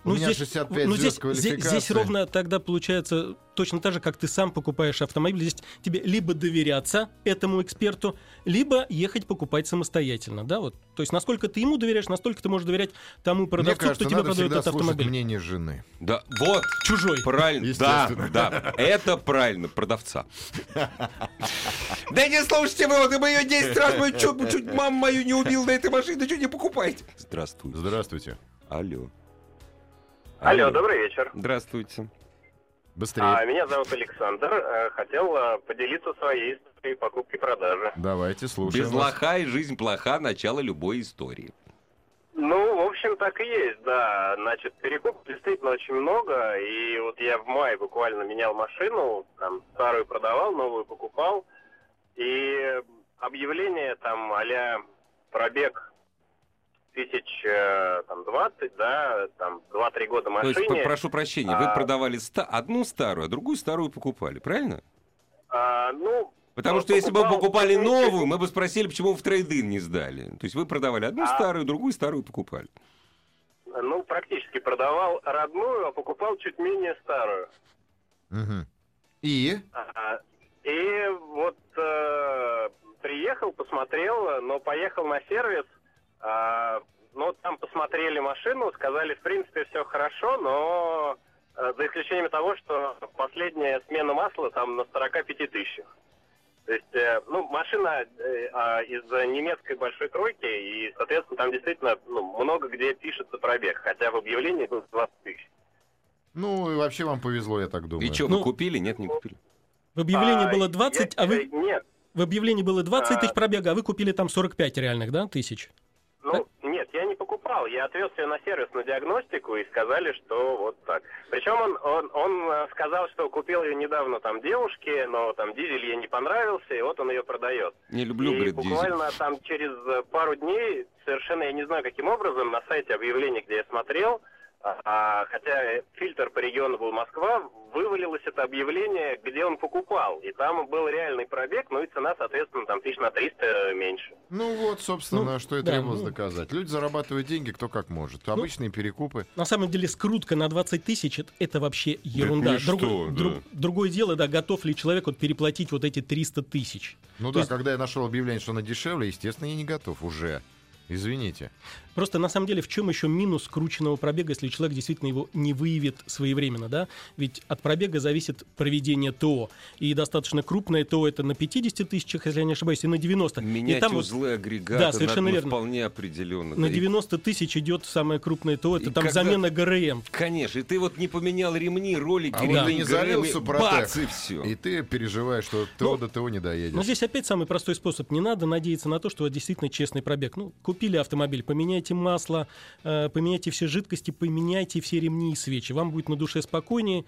[SPEAKER 2] У
[SPEAKER 3] Ну,
[SPEAKER 2] меня
[SPEAKER 3] здесь-
[SPEAKER 2] 65
[SPEAKER 3] ну,
[SPEAKER 2] звезд
[SPEAKER 3] здесь, здесь,
[SPEAKER 2] квалификации.
[SPEAKER 3] здесь ровно тогда получается точно так же, как ты сам покупаешь автомобиль. Здесь тебе либо доверяться этому эксперту, либо ехать покупать самостоятельно. Да, вот. То есть, насколько ты ему доверяешь, настолько ты можешь доверять тому
[SPEAKER 2] Мне
[SPEAKER 3] продавцу,
[SPEAKER 2] кажется,
[SPEAKER 3] кто тебе
[SPEAKER 2] надо
[SPEAKER 3] продает
[SPEAKER 2] всегда
[SPEAKER 3] этот
[SPEAKER 2] слушать
[SPEAKER 3] автомобиль.
[SPEAKER 2] мнение жены.
[SPEAKER 1] Да, вот,
[SPEAKER 3] Чужой.
[SPEAKER 1] правильно. Да,
[SPEAKER 2] Естественно.
[SPEAKER 1] да, это правильно, продавца. Да не слушайте вы, вот и мы ее 10 раз, мы чё- чуть маму мою не убил на этой машине, что не покупаете? Здравствуйте.
[SPEAKER 2] Здравствуйте.
[SPEAKER 1] Алло.
[SPEAKER 7] Алло, добрый вечер.
[SPEAKER 1] Здравствуйте.
[SPEAKER 2] Быстрее.
[SPEAKER 7] А, меня зовут Александр. Э, Хотел э, поделиться своей историей покупки-продажи.
[SPEAKER 2] Давайте слушаем.
[SPEAKER 1] Без
[SPEAKER 2] вас.
[SPEAKER 1] лоха и жизнь плоха, начало любой истории.
[SPEAKER 7] Ну, в общем, так и есть, да. Значит, перекуп действительно очень много. И вот я в мае буквально менял машину, там старую продавал, новую покупал. И объявление там а-ля пробег тысяч э, там, 20, да, там 2-3 года
[SPEAKER 1] То
[SPEAKER 7] машине.
[SPEAKER 1] есть, п- прошу прощения, вы
[SPEAKER 7] А.
[SPEAKER 1] продавали ста- одну старую, а другую старую покупали, правильно?
[SPEAKER 7] А, ну,
[SPEAKER 1] Потому
[SPEAKER 7] Ну,
[SPEAKER 1] что если бы вы
[SPEAKER 7] покупал,
[SPEAKER 1] покупали
[SPEAKER 7] ну,
[SPEAKER 1] новую, мы бы спросили, почему вы в трейдин не сдали. То есть вы продавали одну
[SPEAKER 7] А.
[SPEAKER 1] старую, другую старую покупали.
[SPEAKER 7] ну, практически продавал родную, а покупал чуть менее старую.
[SPEAKER 2] Мгм. И?
[SPEAKER 7] Ага. И вот э, приехал, посмотрел, э, но поехал на сервис. э, ну, там посмотрели машину, сказали, в принципе, все хорошо, но э, за исключением того, что последняя смена масла там на 45 тысячах. То есть, э, ну, машина э, а, из немецкой большой тройки, и, соответственно, там действительно ну, много где пишется пробег, хотя в объявлении было 20 тысяч.
[SPEAKER 2] Ну, и вообще вам повезло, я так думаю.
[SPEAKER 1] И что,
[SPEAKER 3] Ну.
[SPEAKER 1] вы купили? Нет, не купили.
[SPEAKER 3] В объявлении
[SPEAKER 7] А,
[SPEAKER 3] было 20,
[SPEAKER 7] я-
[SPEAKER 3] а вы
[SPEAKER 7] Нет,
[SPEAKER 3] в объявлении было 20 тысяч
[SPEAKER 7] А.
[SPEAKER 3] пробега, а вы купили там 45 реальных, да, тысяч.
[SPEAKER 7] Ну, нет, я не покупал. Я отвез ее на сервис на диагностику и сказали, что вот так. Причем он, он, он э, сказал, что купил ее недавно там девушке, но там дизель ей не понравился, и вот он ее продает.
[SPEAKER 1] Не люблю,
[SPEAKER 7] и
[SPEAKER 1] Ну, говорит, дизель.
[SPEAKER 7] буквально там через э, пару дней, совершенно я не знаю каким образом, на сайте объявлений, где я смотрел, а, а, хотя э, фильтр по региону был Москва, вывалилось это объявление, где он покупал. И там был реальный пробег, ну и цена, соответственно, там тысяч на 300 меньше.
[SPEAKER 2] Ну вот, собственно,
[SPEAKER 3] Ну,
[SPEAKER 2] что и
[SPEAKER 3] да,
[SPEAKER 2] требовалось
[SPEAKER 3] ну.
[SPEAKER 2] доказать. Люди зарабатывают деньги кто как может. Обычные перекупы.
[SPEAKER 3] На самом деле скрутка на 20 тысяч это, это вообще ерунда.
[SPEAKER 1] ни что, да.
[SPEAKER 3] Другое дело, да, готов ли человек вот переплатить вот эти 300 тысяч.
[SPEAKER 2] Ну
[SPEAKER 3] То
[SPEAKER 2] да,
[SPEAKER 3] есть-
[SPEAKER 2] когда я нашел объявление, что она дешевле, естественно, я не готов уже. Извините.
[SPEAKER 3] Просто на самом деле в чем еще минус скрученного пробега, если человек действительно его не выявит своевременно, да? Ведь от пробега зависит проведение ТО. И достаточно крупное ТО это на 50 тысячах, если я не ошибаюсь, и на 90. и
[SPEAKER 1] Менять
[SPEAKER 3] там вот
[SPEAKER 1] узлы агрегата
[SPEAKER 3] Да, совершенно
[SPEAKER 1] надо, ну,
[SPEAKER 3] верно.
[SPEAKER 1] вполне определенно.
[SPEAKER 3] на
[SPEAKER 1] да. И,
[SPEAKER 3] 90 тысяч идет самое крупное ТО, это
[SPEAKER 1] И
[SPEAKER 3] там
[SPEAKER 1] когда-
[SPEAKER 3] замена ГРМ.
[SPEAKER 1] Конечно, и ты вот не поменял ремни, ролики,
[SPEAKER 2] А вот
[SPEAKER 1] ремень,
[SPEAKER 2] ты не залил
[SPEAKER 1] ГРМ, и
[SPEAKER 2] Супротек.
[SPEAKER 1] бац, и все.
[SPEAKER 2] И ты переживаешь, что от
[SPEAKER 3] Ну,
[SPEAKER 2] ТО до ТО не
[SPEAKER 3] Но
[SPEAKER 2] доедешь.
[SPEAKER 3] здесь опять самый простой способ. Не надо надеяться на то, что действительно честный пробег. Ну, купили автомобиль, поменяйте масло, э, поменяйте все жидкости, поменяйте все ремни и свечи. Вам будет на душе спокойнее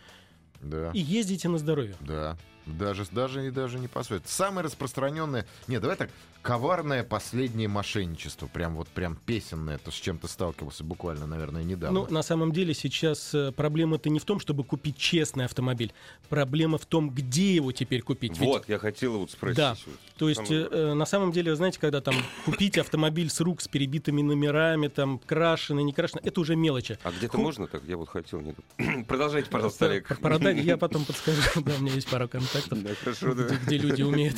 [SPEAKER 2] Да.
[SPEAKER 3] и ездите на здоровье.
[SPEAKER 2] Да. Даже, даже и даже не посоветую. Самое распространенное... Не, давай так. Коварное последнее мошенничество. Прям вот прям песенное. То, с чем ты сталкивался буквально, наверное, недавно.
[SPEAKER 3] Ну, на самом деле сейчас э, проблема-то не в том, чтобы купить честный автомобиль. Проблема в том, где его теперь купить. Ведь
[SPEAKER 1] Вот, я хотел вот спросить.
[SPEAKER 3] Да.
[SPEAKER 1] вот.
[SPEAKER 3] То есть, э, э, на самом деле, знаете, когда там купить автомобиль с рук, с перебитыми номерами, там, крашеный, не крашеный, это уже мелочи.
[SPEAKER 1] А где-то
[SPEAKER 3] ху-
[SPEAKER 1] можно так? Я вот хотел. Нет. Продолжайте, пожалуйста, Олег.
[SPEAKER 3] Продать я потом подскажу. Да, у меня есть пара контактов.
[SPEAKER 1] Да, хорошо, да.
[SPEAKER 3] где, где люди умеют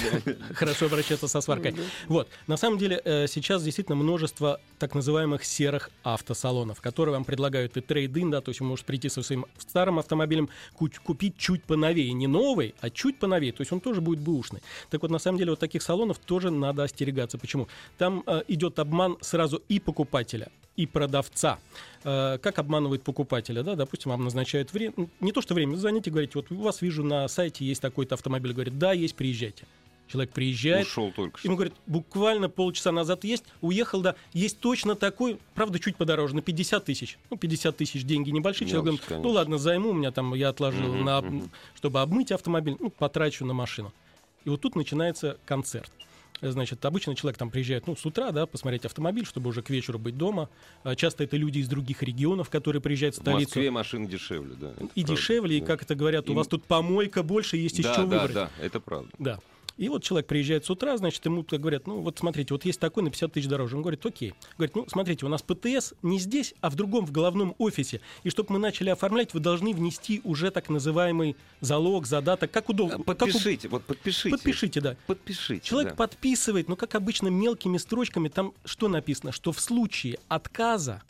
[SPEAKER 3] хорошо обращаться со сваркой. Вот, на самом деле э, сейчас действительно множество так называемых серых автосалонов, которые вам предлагают и трейдин, да, то есть вы можете прийти со своим старым автомобилем, куч- купить чуть поновее, не новый, а чуть поновее, то есть он тоже будет бэушный. Так вот, на самом деле, вот таких салонов тоже надо остерегаться. Почему? Там э, идет обман сразу и покупателя, и продавца. Э, как обманывает покупателя, да, допустим, вам назначают время, не то что время, звоните, говорите, вот у вас вижу на сайте есть такой-то автомобиль, говорит, да, есть, приезжайте. Человек приезжает,
[SPEAKER 1] Ушел только что.
[SPEAKER 3] ему говорит, буквально полчаса назад есть, уехал, да, есть точно такой, правда, чуть подороже, на 50 тысяч. Ну, 50 тысяч деньги небольшие. Человек
[SPEAKER 1] Мелочь,
[SPEAKER 3] говорит,
[SPEAKER 1] конечно.
[SPEAKER 3] ну ладно, займу, у меня там я отложил,
[SPEAKER 1] Мгм,
[SPEAKER 3] на, об-
[SPEAKER 1] мгм.
[SPEAKER 3] чтобы обмыть автомобиль, ну, потрачу на машину. И вот тут начинается концерт. Э, Значит, обычно человек там приезжает, ну, с утра, да, посмотреть автомобиль, чтобы уже к вечеру быть дома. А Часто это люди из других регионов, которые приезжают в
[SPEAKER 1] В
[SPEAKER 3] столицу.
[SPEAKER 1] Москве машины дешевле, да. это
[SPEAKER 3] и
[SPEAKER 1] правда,
[SPEAKER 3] дешевле, и,
[SPEAKER 1] да.
[SPEAKER 3] как это говорят,
[SPEAKER 1] И-
[SPEAKER 3] у вас тут помойка больше, есть из
[SPEAKER 1] да,
[SPEAKER 3] чего
[SPEAKER 1] да,
[SPEAKER 3] выбрать.
[SPEAKER 1] да, это правда.
[SPEAKER 3] Да. И вот человек приезжает с утра, значит, ему так говорят, ну вот смотрите, вот есть такой на 50 тысяч дороже. Он говорит, окей. Говорит, ну смотрите, у нас ПТС не здесь, а в другом, в головном офисе. И чтобы мы начали оформлять, вы должны внести уже так называемый залог, задаток, Ну, как удобно. как у-
[SPEAKER 1] Э, Подпишите, вот подпишите.
[SPEAKER 3] Подпишите, да.
[SPEAKER 1] Подпишите.
[SPEAKER 3] Человек
[SPEAKER 1] да.
[SPEAKER 3] подписывает, но, как обычно, мелкими строчками там что написано? Что в случае отказа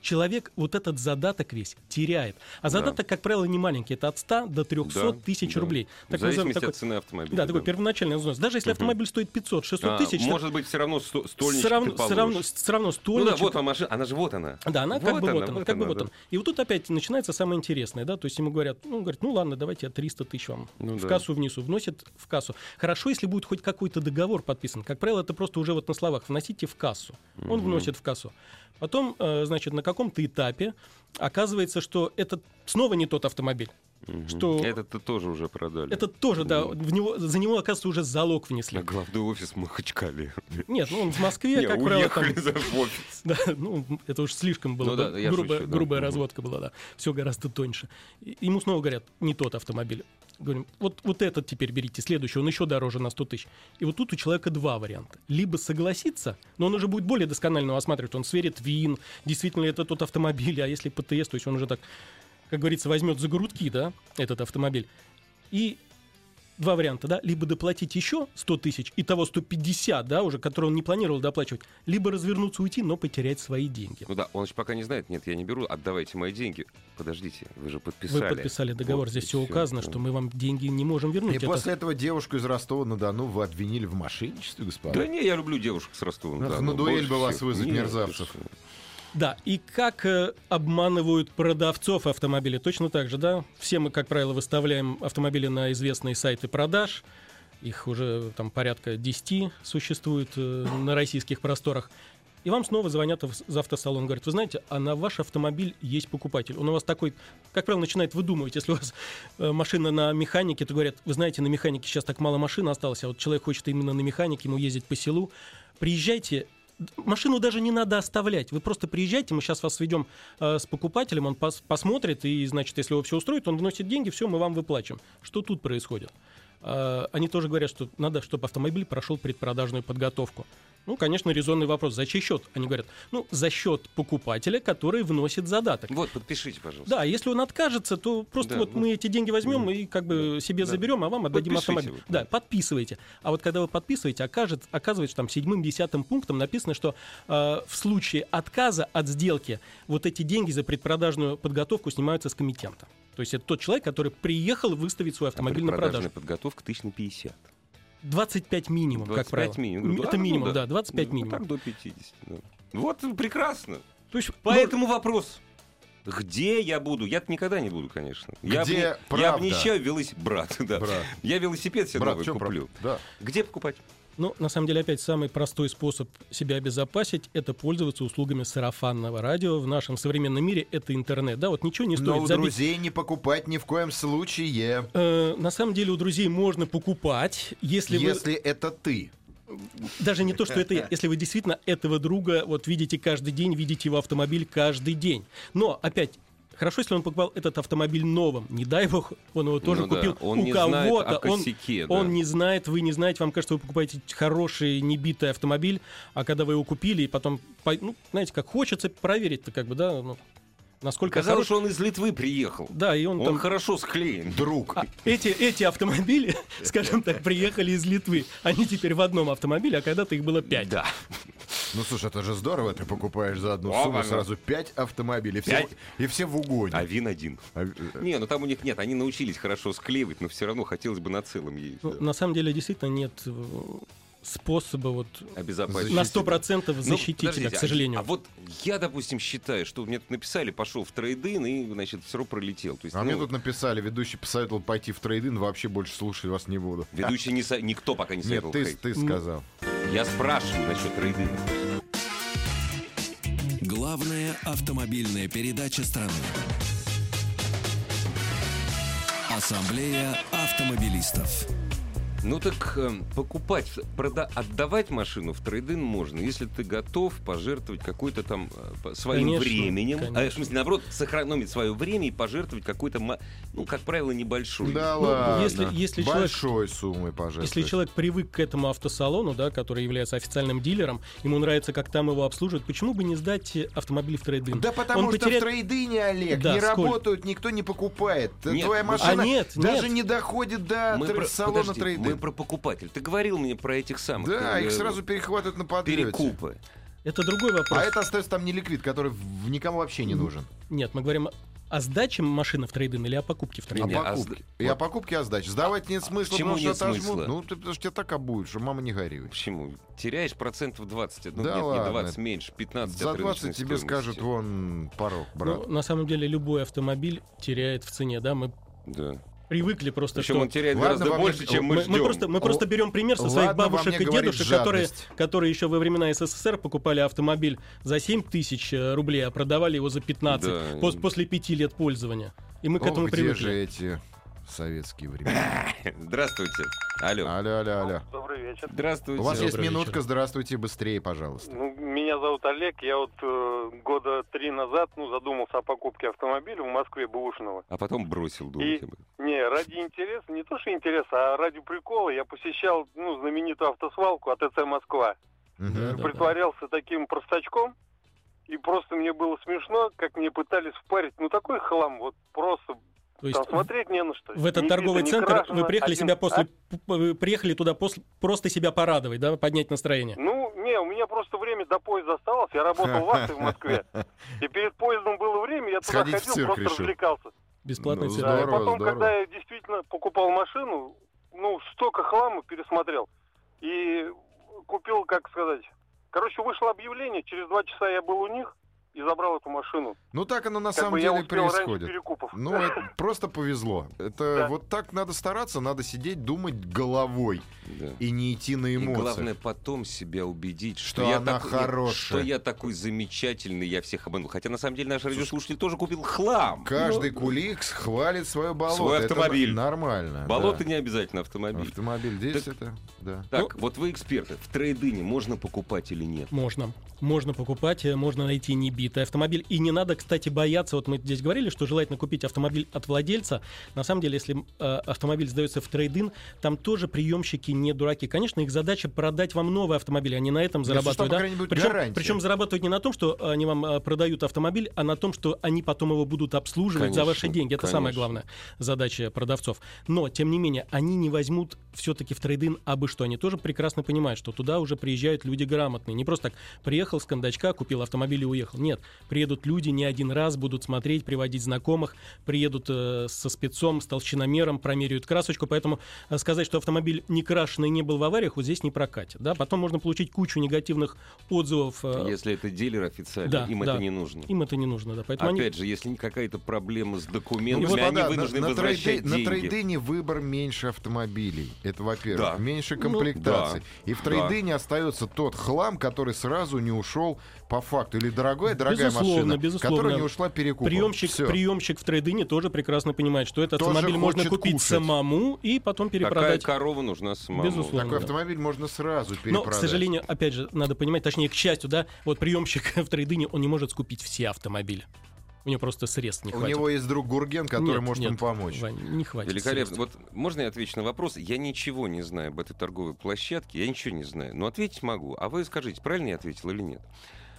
[SPEAKER 3] человек вот этот задаток весь теряет. А задаток, как правило, не маленький. Это от 100 до
[SPEAKER 1] Да,
[SPEAKER 3] 300 тысяч
[SPEAKER 1] да.
[SPEAKER 3] рублей.
[SPEAKER 1] В
[SPEAKER 3] называемый
[SPEAKER 1] зависимости
[SPEAKER 3] такой-
[SPEAKER 1] от цены автомобиля.
[SPEAKER 3] да, такой первоначальный взнос. Даже если
[SPEAKER 1] Мгм.
[SPEAKER 3] автомобиль стоит 500, 600
[SPEAKER 1] А,
[SPEAKER 3] тысяч,
[SPEAKER 1] Может быть, все равно сто- стольничек
[SPEAKER 3] все равно,
[SPEAKER 1] ты
[SPEAKER 3] все равно,
[SPEAKER 1] получишь.
[SPEAKER 3] все равно
[SPEAKER 1] Ну да,
[SPEAKER 3] стольничек.
[SPEAKER 1] вот она машина, она же вот она.
[SPEAKER 3] Да, она как
[SPEAKER 1] Вот
[SPEAKER 3] бы вот она, как бы
[SPEAKER 1] она,
[SPEAKER 3] вот
[SPEAKER 1] да.
[SPEAKER 3] она. И вот тут опять начинается самое интересное, да, то есть ему говорят, ну, говорит, ну ладно, давайте я 300 тысяч вам
[SPEAKER 1] Ну
[SPEAKER 3] в
[SPEAKER 1] да.
[SPEAKER 3] кассу внесу, вносит в кассу. Хорошо, если будет хоть какой-то договор подписан. Как правило, это просто уже вот на словах вносите в кассу. Он
[SPEAKER 1] Мгм.
[SPEAKER 3] вносит в кассу. Потом, э, значит, на каком-то этапе оказывается, что это снова не тот автомобиль.
[SPEAKER 1] Мгм.
[SPEAKER 3] что-
[SPEAKER 1] Этот ты тоже уже продали.
[SPEAKER 3] Это тоже, да,
[SPEAKER 1] Вот.
[SPEAKER 3] в него, за него, оказывается, уже залог внесли.
[SPEAKER 1] На главный офис в Махачкале.
[SPEAKER 3] Нет, ну он в Москве,
[SPEAKER 1] Не,
[SPEAKER 3] как правило, там-
[SPEAKER 1] уехали за в офис.
[SPEAKER 3] Да, ну, это уж слишком было.
[SPEAKER 1] Ну
[SPEAKER 3] да,
[SPEAKER 1] да, я
[SPEAKER 3] грубая,
[SPEAKER 1] шучу, да.
[SPEAKER 3] грубая
[SPEAKER 1] Мгм.
[SPEAKER 3] разводка была, да. Все гораздо тоньше. И- Ему снова говорят, не тот автомобиль. Говорим, вот, вот этот теперь берите, следующий, он еще дороже на 100 тысяч. И вот тут у человека два варианта. Либо согласиться, но он уже будет более досконально его осматривать, он сверит ВИН, действительно ли это тот автомобиль, а если ПТС, то есть он уже так, как говорится, возьмет за грудки, да, этот автомобиль. И два варианта, да, либо доплатить еще 100 тысяч, и того 150, да, уже, который он не планировал доплачивать, либо развернуться уйти, но потерять свои деньги.
[SPEAKER 1] Ну да, он же пока не знает. Нет, я не беру, отдавайте мои деньги. Подождите, вы же
[SPEAKER 3] Вы
[SPEAKER 1] подписали.
[SPEAKER 3] подписали договор,
[SPEAKER 1] Вот
[SPEAKER 3] здесь
[SPEAKER 1] и
[SPEAKER 3] все
[SPEAKER 1] всё.
[SPEAKER 3] указано,
[SPEAKER 1] Да.
[SPEAKER 3] что мы вам деньги не можем вернуть.
[SPEAKER 4] И
[SPEAKER 3] Это-
[SPEAKER 4] после этого девушку из Ростова-на-Дону вы обвинили в мошенничестве, господа?
[SPEAKER 1] Да не, я люблю девушек с Ростовом.
[SPEAKER 4] Ах,
[SPEAKER 1] да,
[SPEAKER 4] на
[SPEAKER 1] ну,
[SPEAKER 4] дуэль
[SPEAKER 1] больше
[SPEAKER 4] бы вас
[SPEAKER 1] всех.
[SPEAKER 4] вызвать,
[SPEAKER 1] Нет,
[SPEAKER 4] мерзавцев.
[SPEAKER 1] ты что.
[SPEAKER 3] Да, и как э, обманывают продавцов автомобилей, точно так же, да? Все мы, как правило, выставляем автомобили на известные сайты продаж, их уже там порядка 10 существует э, на российских просторах. И вам снова звонят в- из автосалон, говорят, вы знаете, а на ваш автомобиль есть покупатель. Он у вас такой, как правило, начинает выдумывать. Если у вас э, машина на механике, то говорят, вы знаете, на механике сейчас так мало машин осталось, а вот человек хочет именно на механике, ему ездить по селу. Приезжайте, машину даже не надо оставлять. Вы просто приезжайте, мы сейчас вас сведем э, с покупателем, он пос- посмотрит, и, значит, если его все устроит, он вносит деньги, все, мы вам выплачем. Что тут происходит? А, Они тоже говорят, что надо, чтобы автомобиль прошел предпродажную подготовку. Ну, конечно, резонный вопрос. За чей счет? Они говорят, ну, за счет покупателя, который вносит задаток.
[SPEAKER 1] Вот, подпишите, пожалуйста.
[SPEAKER 3] Да, если он откажется, то просто
[SPEAKER 1] Да,
[SPEAKER 3] вот
[SPEAKER 1] ну,
[SPEAKER 3] мы эти деньги возьмем
[SPEAKER 1] да,
[SPEAKER 3] и как бы
[SPEAKER 1] да,
[SPEAKER 3] себе
[SPEAKER 1] да.
[SPEAKER 3] заберем, а вам отдадим
[SPEAKER 1] Подпишите
[SPEAKER 3] автомобиль.
[SPEAKER 1] вот,
[SPEAKER 3] да,
[SPEAKER 1] да.
[SPEAKER 3] подписывайте. А вот когда вы подписываете, окажет, оказывается, там седьмым, десятым пунктом написано, что э, в случае отказа от сделки вот эти деньги за предпродажную подготовку снимаются с комитента. То есть это тот человек, который приехал выставить свой
[SPEAKER 1] А
[SPEAKER 3] автомобиль на продажу.
[SPEAKER 1] предпродажная подготовка 1000 на 50.
[SPEAKER 3] 25 минимум, как
[SPEAKER 1] 25
[SPEAKER 3] правило.
[SPEAKER 1] минимум.
[SPEAKER 3] М,
[SPEAKER 1] Ну,
[SPEAKER 3] Это
[SPEAKER 1] ну
[SPEAKER 3] минимум, да, 25
[SPEAKER 1] Ну,
[SPEAKER 3] минимум. Ну,
[SPEAKER 1] Так до 50. да. Вот прекрасно.
[SPEAKER 3] То есть
[SPEAKER 1] Поэтому вопрос. Где я буду? Я-то никогда не буду, конечно. я,
[SPEAKER 4] Где
[SPEAKER 1] обне- я
[SPEAKER 4] правда?
[SPEAKER 1] обнищаю велосипед. Брат, да.
[SPEAKER 4] Брат.
[SPEAKER 1] Я велосипед себе
[SPEAKER 4] Брат, в
[SPEAKER 1] новый
[SPEAKER 4] чем
[SPEAKER 1] куплю.
[SPEAKER 4] Да.
[SPEAKER 1] Где покупать?
[SPEAKER 3] Ну, на самом деле, опять самый простой способ себя обезопасить – это пользоваться услугами сарафанного радио. В нашем современном мире это интернет. Да, вот ничего не стоит
[SPEAKER 4] Но у
[SPEAKER 3] забить.
[SPEAKER 4] друзей не покупать ни в коем случае,
[SPEAKER 3] Э, на самом деле у друзей можно покупать, если,
[SPEAKER 4] если это ты.
[SPEAKER 3] вы даже не то, что это, я, если вы действительно этого друга вот видите каждый день, видите его автомобиль каждый день. Но опять. Хорошо, если он покупал этот автомобиль новым. Не дай бог, он его тоже
[SPEAKER 1] Ну да,
[SPEAKER 3] купил
[SPEAKER 1] он
[SPEAKER 3] у
[SPEAKER 1] не знает
[SPEAKER 3] кого-то.
[SPEAKER 1] о косяке, да.
[SPEAKER 3] он, он не знает, вы не знаете, вам кажется, вы покупаете хороший небитый автомобиль, а когда вы его купили и потом, по- ну, знаете, как хочется проверить-то, как бы, да, ну, насколько
[SPEAKER 1] Казалось,
[SPEAKER 3] хороший.
[SPEAKER 1] что он из Литвы приехал.
[SPEAKER 3] Да, и он,
[SPEAKER 1] Он
[SPEAKER 3] там
[SPEAKER 1] хорошо склеен.
[SPEAKER 4] Друг.
[SPEAKER 3] а эти, эти автомобили, скажем так, приехали из Литвы. Они теперь в одном автомобиле, а когда-то их было пять.
[SPEAKER 1] Да.
[SPEAKER 4] Ну слушай, это же здорово, ты покупаешь за одну
[SPEAKER 1] О,
[SPEAKER 4] сумму
[SPEAKER 1] как
[SPEAKER 4] сразу пять автомобилей. Все-
[SPEAKER 1] Пять?
[SPEAKER 4] и все в угоне.
[SPEAKER 1] А вин один.
[SPEAKER 4] А, э,
[SPEAKER 1] Не, ну там у них нет, они научились хорошо склеивать, но все равно хотелось бы на целом ездить.
[SPEAKER 3] Ну, на самом деле, действительно, нет э, способа вот
[SPEAKER 1] Обезопасить.
[SPEAKER 3] на 100%
[SPEAKER 1] Ну,
[SPEAKER 3] защитить
[SPEAKER 1] подождите,
[SPEAKER 3] себя, к
[SPEAKER 1] а-
[SPEAKER 3] сожалению.
[SPEAKER 1] А вот я, допустим, считаю, что мне тут написали, пошел в трейдин и, значит, все равно пролетел. То есть,
[SPEAKER 4] А мне
[SPEAKER 1] ну,
[SPEAKER 4] тут написали, ведущий посоветовал пойти в трейдин, вообще больше слушать вас не буду.
[SPEAKER 1] ведущий не со- никто пока не
[SPEAKER 4] Нет,
[SPEAKER 1] советовал.
[SPEAKER 4] ты,
[SPEAKER 1] ходить.
[SPEAKER 4] ты сказал.
[SPEAKER 1] Я спрашиваю насчет трейдина.
[SPEAKER 6] Главная автомобильная передача страны. Ассамблея автомобилистов.
[SPEAKER 1] Ну так эм, покупать, прода- отдавать машину в трейдинг можно, если ты готов пожертвовать какой-то там э, по- своим
[SPEAKER 3] Конечно,
[SPEAKER 1] временем. А,
[SPEAKER 3] конечно.
[SPEAKER 1] в смысле, наоборот, сэкономить свое время и пожертвовать какой-то, ма- ну, как правило, небольшой.
[SPEAKER 2] Да
[SPEAKER 3] Ну,
[SPEAKER 2] ладно.
[SPEAKER 3] если- если человек-
[SPEAKER 2] Большой суммой, пожалуйста.
[SPEAKER 3] Если человек привык к этому автосалону, да, который является официальным дилером, ему нравится, как там его обслуживают, почему бы не сдать э, автомобиль в трейдинг?
[SPEAKER 4] Да потому
[SPEAKER 3] Он
[SPEAKER 4] что
[SPEAKER 3] потеряет-
[SPEAKER 4] в трейдине, Олег,
[SPEAKER 3] Да,
[SPEAKER 4] не
[SPEAKER 3] сколько?
[SPEAKER 4] работают, никто не покупает. Т-
[SPEAKER 1] Нет,
[SPEAKER 4] Твоя
[SPEAKER 1] а
[SPEAKER 4] машина
[SPEAKER 3] нет,
[SPEAKER 4] даже
[SPEAKER 3] нет.
[SPEAKER 4] не доходит до
[SPEAKER 1] Мы
[SPEAKER 4] тр-
[SPEAKER 1] про-
[SPEAKER 4] салона
[SPEAKER 1] подожди,
[SPEAKER 4] трейдинга.
[SPEAKER 1] мы про покупатель. Ты говорил мне про этих самых.
[SPEAKER 4] Да,
[SPEAKER 1] э,
[SPEAKER 4] их сразу перехватывают на подлете.
[SPEAKER 1] перекупы.
[SPEAKER 3] Это другой вопрос.
[SPEAKER 4] А это остается там не ликвид, который в- никому вообще не нужен.
[SPEAKER 3] Нет, мы говорим о сдаче машины в трейдинг или о покупке в
[SPEAKER 1] Не,
[SPEAKER 3] трейдинг.
[SPEAKER 1] не, а
[SPEAKER 4] Покупки.
[SPEAKER 1] с-
[SPEAKER 4] И о покупке, о сдаче. Сдавать нет смысла,
[SPEAKER 1] почему
[SPEAKER 4] потому что
[SPEAKER 1] нет
[SPEAKER 4] отожмут.
[SPEAKER 1] смысла?
[SPEAKER 4] Ну, ты, потому что тебя так обуют, что мама не горюй.
[SPEAKER 1] Почему? Теряешь процентов 20. Ну,
[SPEAKER 2] Да
[SPEAKER 1] нет,
[SPEAKER 2] ладно.
[SPEAKER 1] не 20, меньше, 15
[SPEAKER 2] За
[SPEAKER 1] от рыночной
[SPEAKER 2] 20 тебе
[SPEAKER 1] стоимости.
[SPEAKER 2] скажут, вон порог, брат.
[SPEAKER 3] Ну, на самом деле любой автомобиль теряет в цене, да, мы
[SPEAKER 1] Да.
[SPEAKER 3] привыкли просто,
[SPEAKER 1] Причем
[SPEAKER 3] что-
[SPEAKER 1] он теряет
[SPEAKER 2] Ладно,
[SPEAKER 1] гораздо
[SPEAKER 2] вам
[SPEAKER 1] больше,
[SPEAKER 2] не-
[SPEAKER 1] чем мы,
[SPEAKER 3] мы,
[SPEAKER 1] ждем.
[SPEAKER 3] мы просто, мы просто берем пример со своих
[SPEAKER 4] Ладно, вам
[SPEAKER 3] бабушек
[SPEAKER 4] не
[SPEAKER 3] и
[SPEAKER 4] говорить
[SPEAKER 3] дедушек, которые,
[SPEAKER 4] жадность.
[SPEAKER 3] которые еще во времена СССР покупали автомобиль за 7 тысяч э, рублей, а продавали его за 15
[SPEAKER 1] Да.
[SPEAKER 3] пос- после 5 лет пользования. И мы к
[SPEAKER 2] Ох,
[SPEAKER 3] этому
[SPEAKER 2] где же
[SPEAKER 3] привыкли.
[SPEAKER 2] эти советские времена?
[SPEAKER 1] Здравствуйте. Алло.
[SPEAKER 2] Алло, алло, алло.
[SPEAKER 7] Добрый вечер.
[SPEAKER 1] Здравствуйте.
[SPEAKER 2] А, У вас есть
[SPEAKER 3] Добрый вечер.
[SPEAKER 2] минутка, здравствуйте, быстрее, пожалуйста.
[SPEAKER 7] Ну, меня зовут Олег. Я вот э, года три назад ну, задумался о покупке автомобиля в Москве бэушного.
[SPEAKER 1] А потом бросил думать
[SPEAKER 7] И-
[SPEAKER 1] об этом.
[SPEAKER 7] Не, ради интереса, не то что интереса, а ради прикола я посещал ну, знаменитую автосвалку от ТЦ Москва.
[SPEAKER 3] Да,
[SPEAKER 2] Мгм.
[SPEAKER 3] да, да.
[SPEAKER 7] Притворялся таким простачком, и просто мне было смешно, как мне пытались впарить. Ну, такой хлам, вот просто
[SPEAKER 3] То есть
[SPEAKER 7] там смотреть не на что.
[SPEAKER 3] в этот
[SPEAKER 7] Ни
[SPEAKER 3] торговый
[SPEAKER 7] видно, ни
[SPEAKER 3] центр вы
[SPEAKER 7] крашено,
[SPEAKER 3] приехали
[SPEAKER 7] один-
[SPEAKER 3] себя после
[SPEAKER 7] А?
[SPEAKER 3] п- вы приехали туда после просто себя порадовать, да, поднять настроение.
[SPEAKER 7] Ну, не, у меня просто время до поезда осталось. Я работал в Асте в Москве. И перед поездом было время, я туда
[SPEAKER 2] Сходить в
[SPEAKER 7] ходил,
[SPEAKER 2] цирк
[SPEAKER 7] просто
[SPEAKER 2] решил.
[SPEAKER 7] развлекался.
[SPEAKER 3] Бесплатный
[SPEAKER 2] Ну,
[SPEAKER 3] цирк.
[SPEAKER 7] Да, и
[SPEAKER 2] Здорово,
[SPEAKER 7] потом,
[SPEAKER 2] здорово.
[SPEAKER 7] когда я действительно покупал машину, ну, столько хлама пересмотрел. И купил, как сказать... Короче, вышло объявление, через два часа я был у них и забрал эту машину.
[SPEAKER 2] Ну так оно на
[SPEAKER 7] Как бы
[SPEAKER 2] самом
[SPEAKER 7] я
[SPEAKER 2] деле
[SPEAKER 7] успел раньше
[SPEAKER 2] происходит.
[SPEAKER 7] перекупов.
[SPEAKER 2] Ну, это просто повезло. Это
[SPEAKER 7] Да.
[SPEAKER 2] вот так надо стараться, надо сидеть, думать головой
[SPEAKER 1] Да.
[SPEAKER 2] и не идти на
[SPEAKER 1] И
[SPEAKER 2] эмоции.
[SPEAKER 1] главное потом себя убедить, что,
[SPEAKER 2] Что
[SPEAKER 1] я
[SPEAKER 2] она
[SPEAKER 1] такой,
[SPEAKER 2] хорошая.
[SPEAKER 1] что я такой замечательный, я всех обманул. Хотя на самом деле наш радиослушатель тоже купил хлам. Ну,
[SPEAKER 2] Каждый куликс хвалит свое болото.
[SPEAKER 1] Свой
[SPEAKER 2] Это
[SPEAKER 1] автомобиль.
[SPEAKER 2] нормально.
[SPEAKER 1] Болото
[SPEAKER 2] да. Ну.
[SPEAKER 1] не обязательно автомобиль.
[SPEAKER 2] Автомобиль здесь
[SPEAKER 1] Так-
[SPEAKER 2] это, да.
[SPEAKER 1] Так, вот вы эксперты. В трейдине можно покупать или нет?
[SPEAKER 3] Можно. Можно покупать, э, можно найти небитый автомобиль. И не надо, кстати, бояться. Вот мы здесь говорили, что желательно купить автомобиль от владельца. На самом деле, если э, автомобиль сдается в трейдин, там тоже приемщики не дураки. Конечно, их задача продать вам новый автомобиль, они на этом
[SPEAKER 2] Ну, если что,
[SPEAKER 3] зарабатывают.
[SPEAKER 2] по
[SPEAKER 3] да?
[SPEAKER 2] крайней мере,
[SPEAKER 3] Причем,
[SPEAKER 2] гарантия.
[SPEAKER 3] причем зарабатывать не на том, что они вам э, продают автомобиль, а на том, что они потом его будут обслуживать
[SPEAKER 1] Конечно,
[SPEAKER 3] за ваши деньги. Это самое
[SPEAKER 1] конечно.
[SPEAKER 3] главное задача продавцов. Но, тем не менее, они не возьмут все-таки в трейдин абы что. Они тоже прекрасно понимают, что туда уже приезжают люди грамотные. Не просто так приехал с кондачка, купил автомобиль и уехал. Нет, приедут люди не один раз, будут смотреть, приводить знакомых, приедут э, со спецом, с толщиномером, промеряют красочку. Поэтому э, сказать, что автомобиль не крашеный не был в авариях, вот здесь не прокатит. Да? Потом можно получить кучу негативных отзывов. э,
[SPEAKER 1] Если это дилер официально,
[SPEAKER 3] да,
[SPEAKER 1] им это
[SPEAKER 3] да.
[SPEAKER 1] не нужно.
[SPEAKER 3] Им это не нужно, да. Поэтому они-
[SPEAKER 1] Опять же, если какая-то проблема с
[SPEAKER 2] Ну,
[SPEAKER 1] документами,
[SPEAKER 2] господа,
[SPEAKER 1] они вынуждены
[SPEAKER 2] на, на
[SPEAKER 1] возвращать
[SPEAKER 2] трейди- на
[SPEAKER 1] деньги.
[SPEAKER 2] трейдине выбор меньше автомобилей. Это, во-первых,
[SPEAKER 1] Да.
[SPEAKER 2] меньше
[SPEAKER 3] Ну,
[SPEAKER 2] комплектаций. И в
[SPEAKER 1] да.
[SPEAKER 2] трейдине остается тот хлам, который сразу не ушел по факту. Или дорогая, дорогая
[SPEAKER 3] Безусловно,
[SPEAKER 2] машина,
[SPEAKER 3] безусловно.
[SPEAKER 2] которая не ушла перекупом.
[SPEAKER 3] Приемщик,
[SPEAKER 2] Всё.
[SPEAKER 3] приемщик в трейдине тоже прекрасно понимает, что этот
[SPEAKER 2] Тоже
[SPEAKER 3] автомобиль можно
[SPEAKER 2] хочет
[SPEAKER 3] купить
[SPEAKER 2] кушать.
[SPEAKER 3] самому и потом
[SPEAKER 1] Такая
[SPEAKER 3] перепродать.
[SPEAKER 1] корова нужна самому.
[SPEAKER 3] Безусловно.
[SPEAKER 2] Такой автомобиль можно сразу
[SPEAKER 3] Но,
[SPEAKER 2] перепродать.
[SPEAKER 3] к сожалению, опять же, надо понимать, точнее, к счастью, да, вот приемщик в трейдине, он не может скупить все автомобили. У него просто средств не
[SPEAKER 2] У
[SPEAKER 3] хватит.
[SPEAKER 2] него есть друг Гурген, который
[SPEAKER 3] Нет,
[SPEAKER 2] может
[SPEAKER 3] нет,
[SPEAKER 2] ему помочь.
[SPEAKER 3] Вань, не хватит.
[SPEAKER 1] Великолепно.
[SPEAKER 3] средств.
[SPEAKER 1] Вот можно я отвечу на вопрос? Я ничего не знаю об этой торговой площадке, я ничего не знаю. Но ответить могу. А вы скажите, правильно я ответил или нет?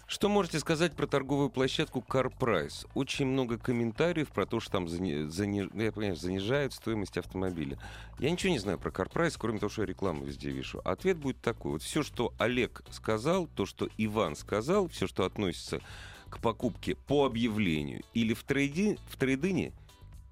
[SPEAKER 1] Что можете сказать про торговую площадку CarPrice? Очень много комментариев про то, что там зани- зани- ну, я понимаю, занижают стоимость автомобиля. Я ничего не знаю про CarPrice, кроме того, что я рекламу везде вижу. Ответ будет такой. Вот все, что Олег сказал, то, что Иван сказал, все, что относится к покупке по объявлению или в, трейди- в трейдине,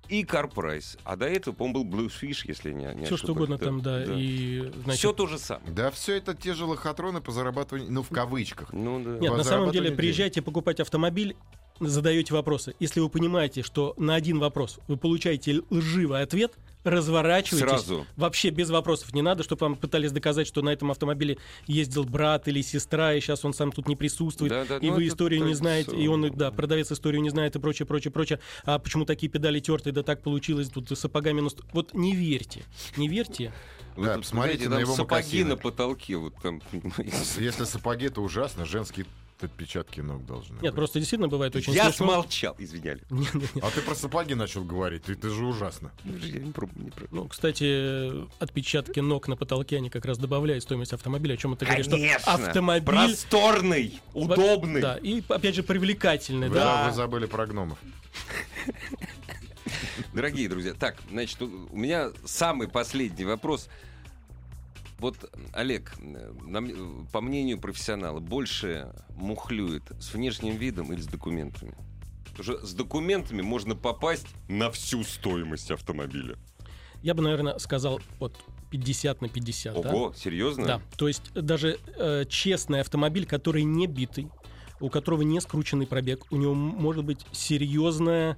[SPEAKER 1] и CarPrice. А до этого, по-моему, был Bluefish, если я не, не
[SPEAKER 3] Все что угодно там, да, и значит,
[SPEAKER 1] Все то же самое.
[SPEAKER 2] Да, все это те же лохотроны по зарабатыванию, ну, в кавычках.
[SPEAKER 1] Ну да.
[SPEAKER 3] Нет,
[SPEAKER 2] по
[SPEAKER 3] на самом
[SPEAKER 2] зарабатыванию
[SPEAKER 3] деле
[SPEAKER 2] денег.
[SPEAKER 3] приезжайте покупать автомобиль, задаете вопросы. Если вы понимаете, что на один вопрос вы получаете лживый ответ, разворачивайтесь.
[SPEAKER 1] Сразу.
[SPEAKER 3] Вообще без вопросов не надо, чтобы вам пытались доказать, что на этом автомобиле ездил брат или сестра, и сейчас он сам тут не присутствует,
[SPEAKER 1] Да, да,
[SPEAKER 3] и
[SPEAKER 1] ну
[SPEAKER 3] вы
[SPEAKER 1] это
[SPEAKER 3] историю не знаете, и он,
[SPEAKER 1] традиционно.
[SPEAKER 3] да, продавец историю не знает и прочее, прочее, прочее. А почему такие педали тертые, да так получилось, тут сапогами... ну, ст- Вот не верьте, не верьте
[SPEAKER 1] Вы
[SPEAKER 2] Да,
[SPEAKER 1] тут,
[SPEAKER 2] посмотрите
[SPEAKER 1] знаете,
[SPEAKER 2] на
[SPEAKER 1] там
[SPEAKER 2] его
[SPEAKER 1] сапоги
[SPEAKER 2] мокасины.
[SPEAKER 1] на потолке, вот там, понимаете.
[SPEAKER 2] Если сапоги, то ужасно, женские отпечатки ног должны
[SPEAKER 3] Нет,
[SPEAKER 2] быть.
[SPEAKER 3] просто действительно бывает очень
[SPEAKER 1] Я
[SPEAKER 3] смешно.
[SPEAKER 1] смолчал, извиняли.
[SPEAKER 3] Нет, нет, нет.
[SPEAKER 2] А ты про сапоги начал говорить, ты- это же ужасно.
[SPEAKER 1] Я не пробую, не пробую.
[SPEAKER 3] Ну, кстати, отпечатки ног на потолке, они как раз добавляют стоимость автомобиля, о чем это говорит, что
[SPEAKER 1] Конечно!
[SPEAKER 3] автомобиль...
[SPEAKER 1] Просторный, удобный.
[SPEAKER 3] Да, и, опять же, привлекательный,
[SPEAKER 2] Вы,
[SPEAKER 3] да.
[SPEAKER 2] за- вы забыли про гномов.
[SPEAKER 1] Дорогие друзья, так, значит, у у меня самый последний вопрос. Вот, Олег, э, на м- э, по мнению профессионала, больше мухлюет с внешним видом или с документами? Потому что с документами можно попасть на всю стоимость автомобиля.
[SPEAKER 3] Я бы, наверное, сказал вот 50 на 50, да?
[SPEAKER 1] Ого, серьезно?
[SPEAKER 3] Да, то есть даже э, честный автомобиль, который не битый, у которого не скрученный пробег, у него м- может быть серьезное,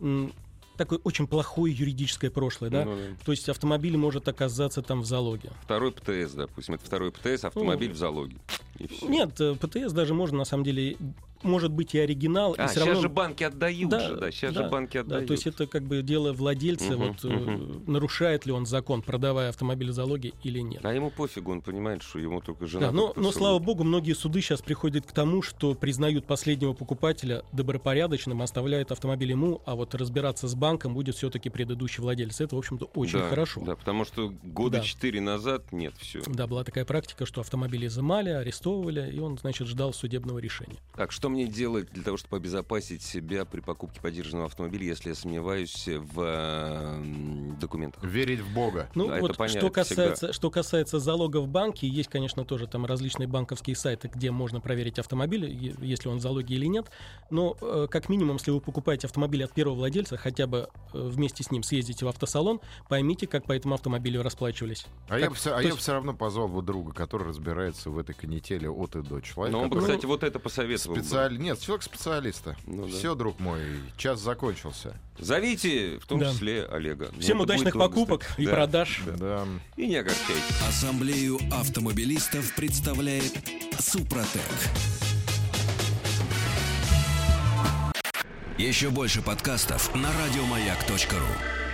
[SPEAKER 3] м, такое очень плохое юридическое прошлое, да?
[SPEAKER 1] Ну да.
[SPEAKER 3] То есть автомобиль может оказаться там в залоге.
[SPEAKER 1] Второй ПТС, допустим. Это второй
[SPEAKER 3] Ну,
[SPEAKER 1] ПТС, автомобиль в залоге. И всё.
[SPEAKER 3] Нет, э, ПТС даже можно, на самом деле, может быть и оригинал,
[SPEAKER 1] А,
[SPEAKER 3] и все
[SPEAKER 1] сейчас
[SPEAKER 3] равно...
[SPEAKER 1] же банки отдают
[SPEAKER 3] Да,
[SPEAKER 1] же, да. Сейчас
[SPEAKER 3] да,
[SPEAKER 1] же банки
[SPEAKER 3] Да,
[SPEAKER 1] отдают.
[SPEAKER 3] то есть это как бы дело владельца,
[SPEAKER 1] Мгм,
[SPEAKER 3] вот э, нарушает ли он закон, продавая автомобиль в залоге или нет.
[SPEAKER 1] А ему пофигу, он понимает, что ему только жена.
[SPEAKER 3] Да, но,
[SPEAKER 1] только
[SPEAKER 3] но,
[SPEAKER 1] целует.
[SPEAKER 3] слава богу, многие суды сейчас приходят к тому, что признают последнего покупателя добропорядочным, оставляют автомобиль ему, а вот разбираться с банком будет все-таки предыдущий владелец. Это, в общем-то, очень
[SPEAKER 1] Да,
[SPEAKER 3] хорошо.
[SPEAKER 1] Да, потому что года
[SPEAKER 3] Да.
[SPEAKER 1] четыре назад нет, все.
[SPEAKER 3] Да, была такая практика, что автомобиль изымали, арестовывали, и он, значит, ждал судебного решения.
[SPEAKER 1] Так, что мне делать для того, чтобы обезопасить себя при покупке подержанного автомобиля, если я сомневаюсь в эм, документах?
[SPEAKER 2] Верить в Бога.
[SPEAKER 3] Ну
[SPEAKER 1] Да, это
[SPEAKER 3] вот,
[SPEAKER 1] понятно,
[SPEAKER 3] что касается, что касается залога в банке, есть, конечно, тоже там различные банковские сайты, где можно проверить автомобиль, е- если он в залоге или нет. Но э, как минимум, если вы покупаете автомобиль от первого владельца, хотя бы э, вместе с ним съездите в автосалон, поймите, как по этому автомобилю расплачивались.
[SPEAKER 2] А, я,
[SPEAKER 3] Так,
[SPEAKER 2] бы все,
[SPEAKER 3] то есть-
[SPEAKER 2] равно позвал бы друга, который разбирается в этой канители от и до человека.
[SPEAKER 1] Но Ну, он бы,
[SPEAKER 2] который
[SPEAKER 1] кстати, вот это посоветовал. бы.
[SPEAKER 2] специаль- Нет, человек специалиста.
[SPEAKER 1] Ну да.
[SPEAKER 2] Все, друг мой, час закончился.
[SPEAKER 1] Зовите, в том
[SPEAKER 3] Да.
[SPEAKER 1] числе Олега. Ну,
[SPEAKER 3] Всем
[SPEAKER 1] это
[SPEAKER 3] удачных
[SPEAKER 1] будет вам,
[SPEAKER 3] покупок
[SPEAKER 1] кстати.
[SPEAKER 3] и
[SPEAKER 1] Да.
[SPEAKER 3] продаж.
[SPEAKER 2] Да.
[SPEAKER 1] И не огорчайтесь.
[SPEAKER 6] Ассамблею автомобилистов представляет Супротек. Еще больше подкастов на радиомаяк.ру.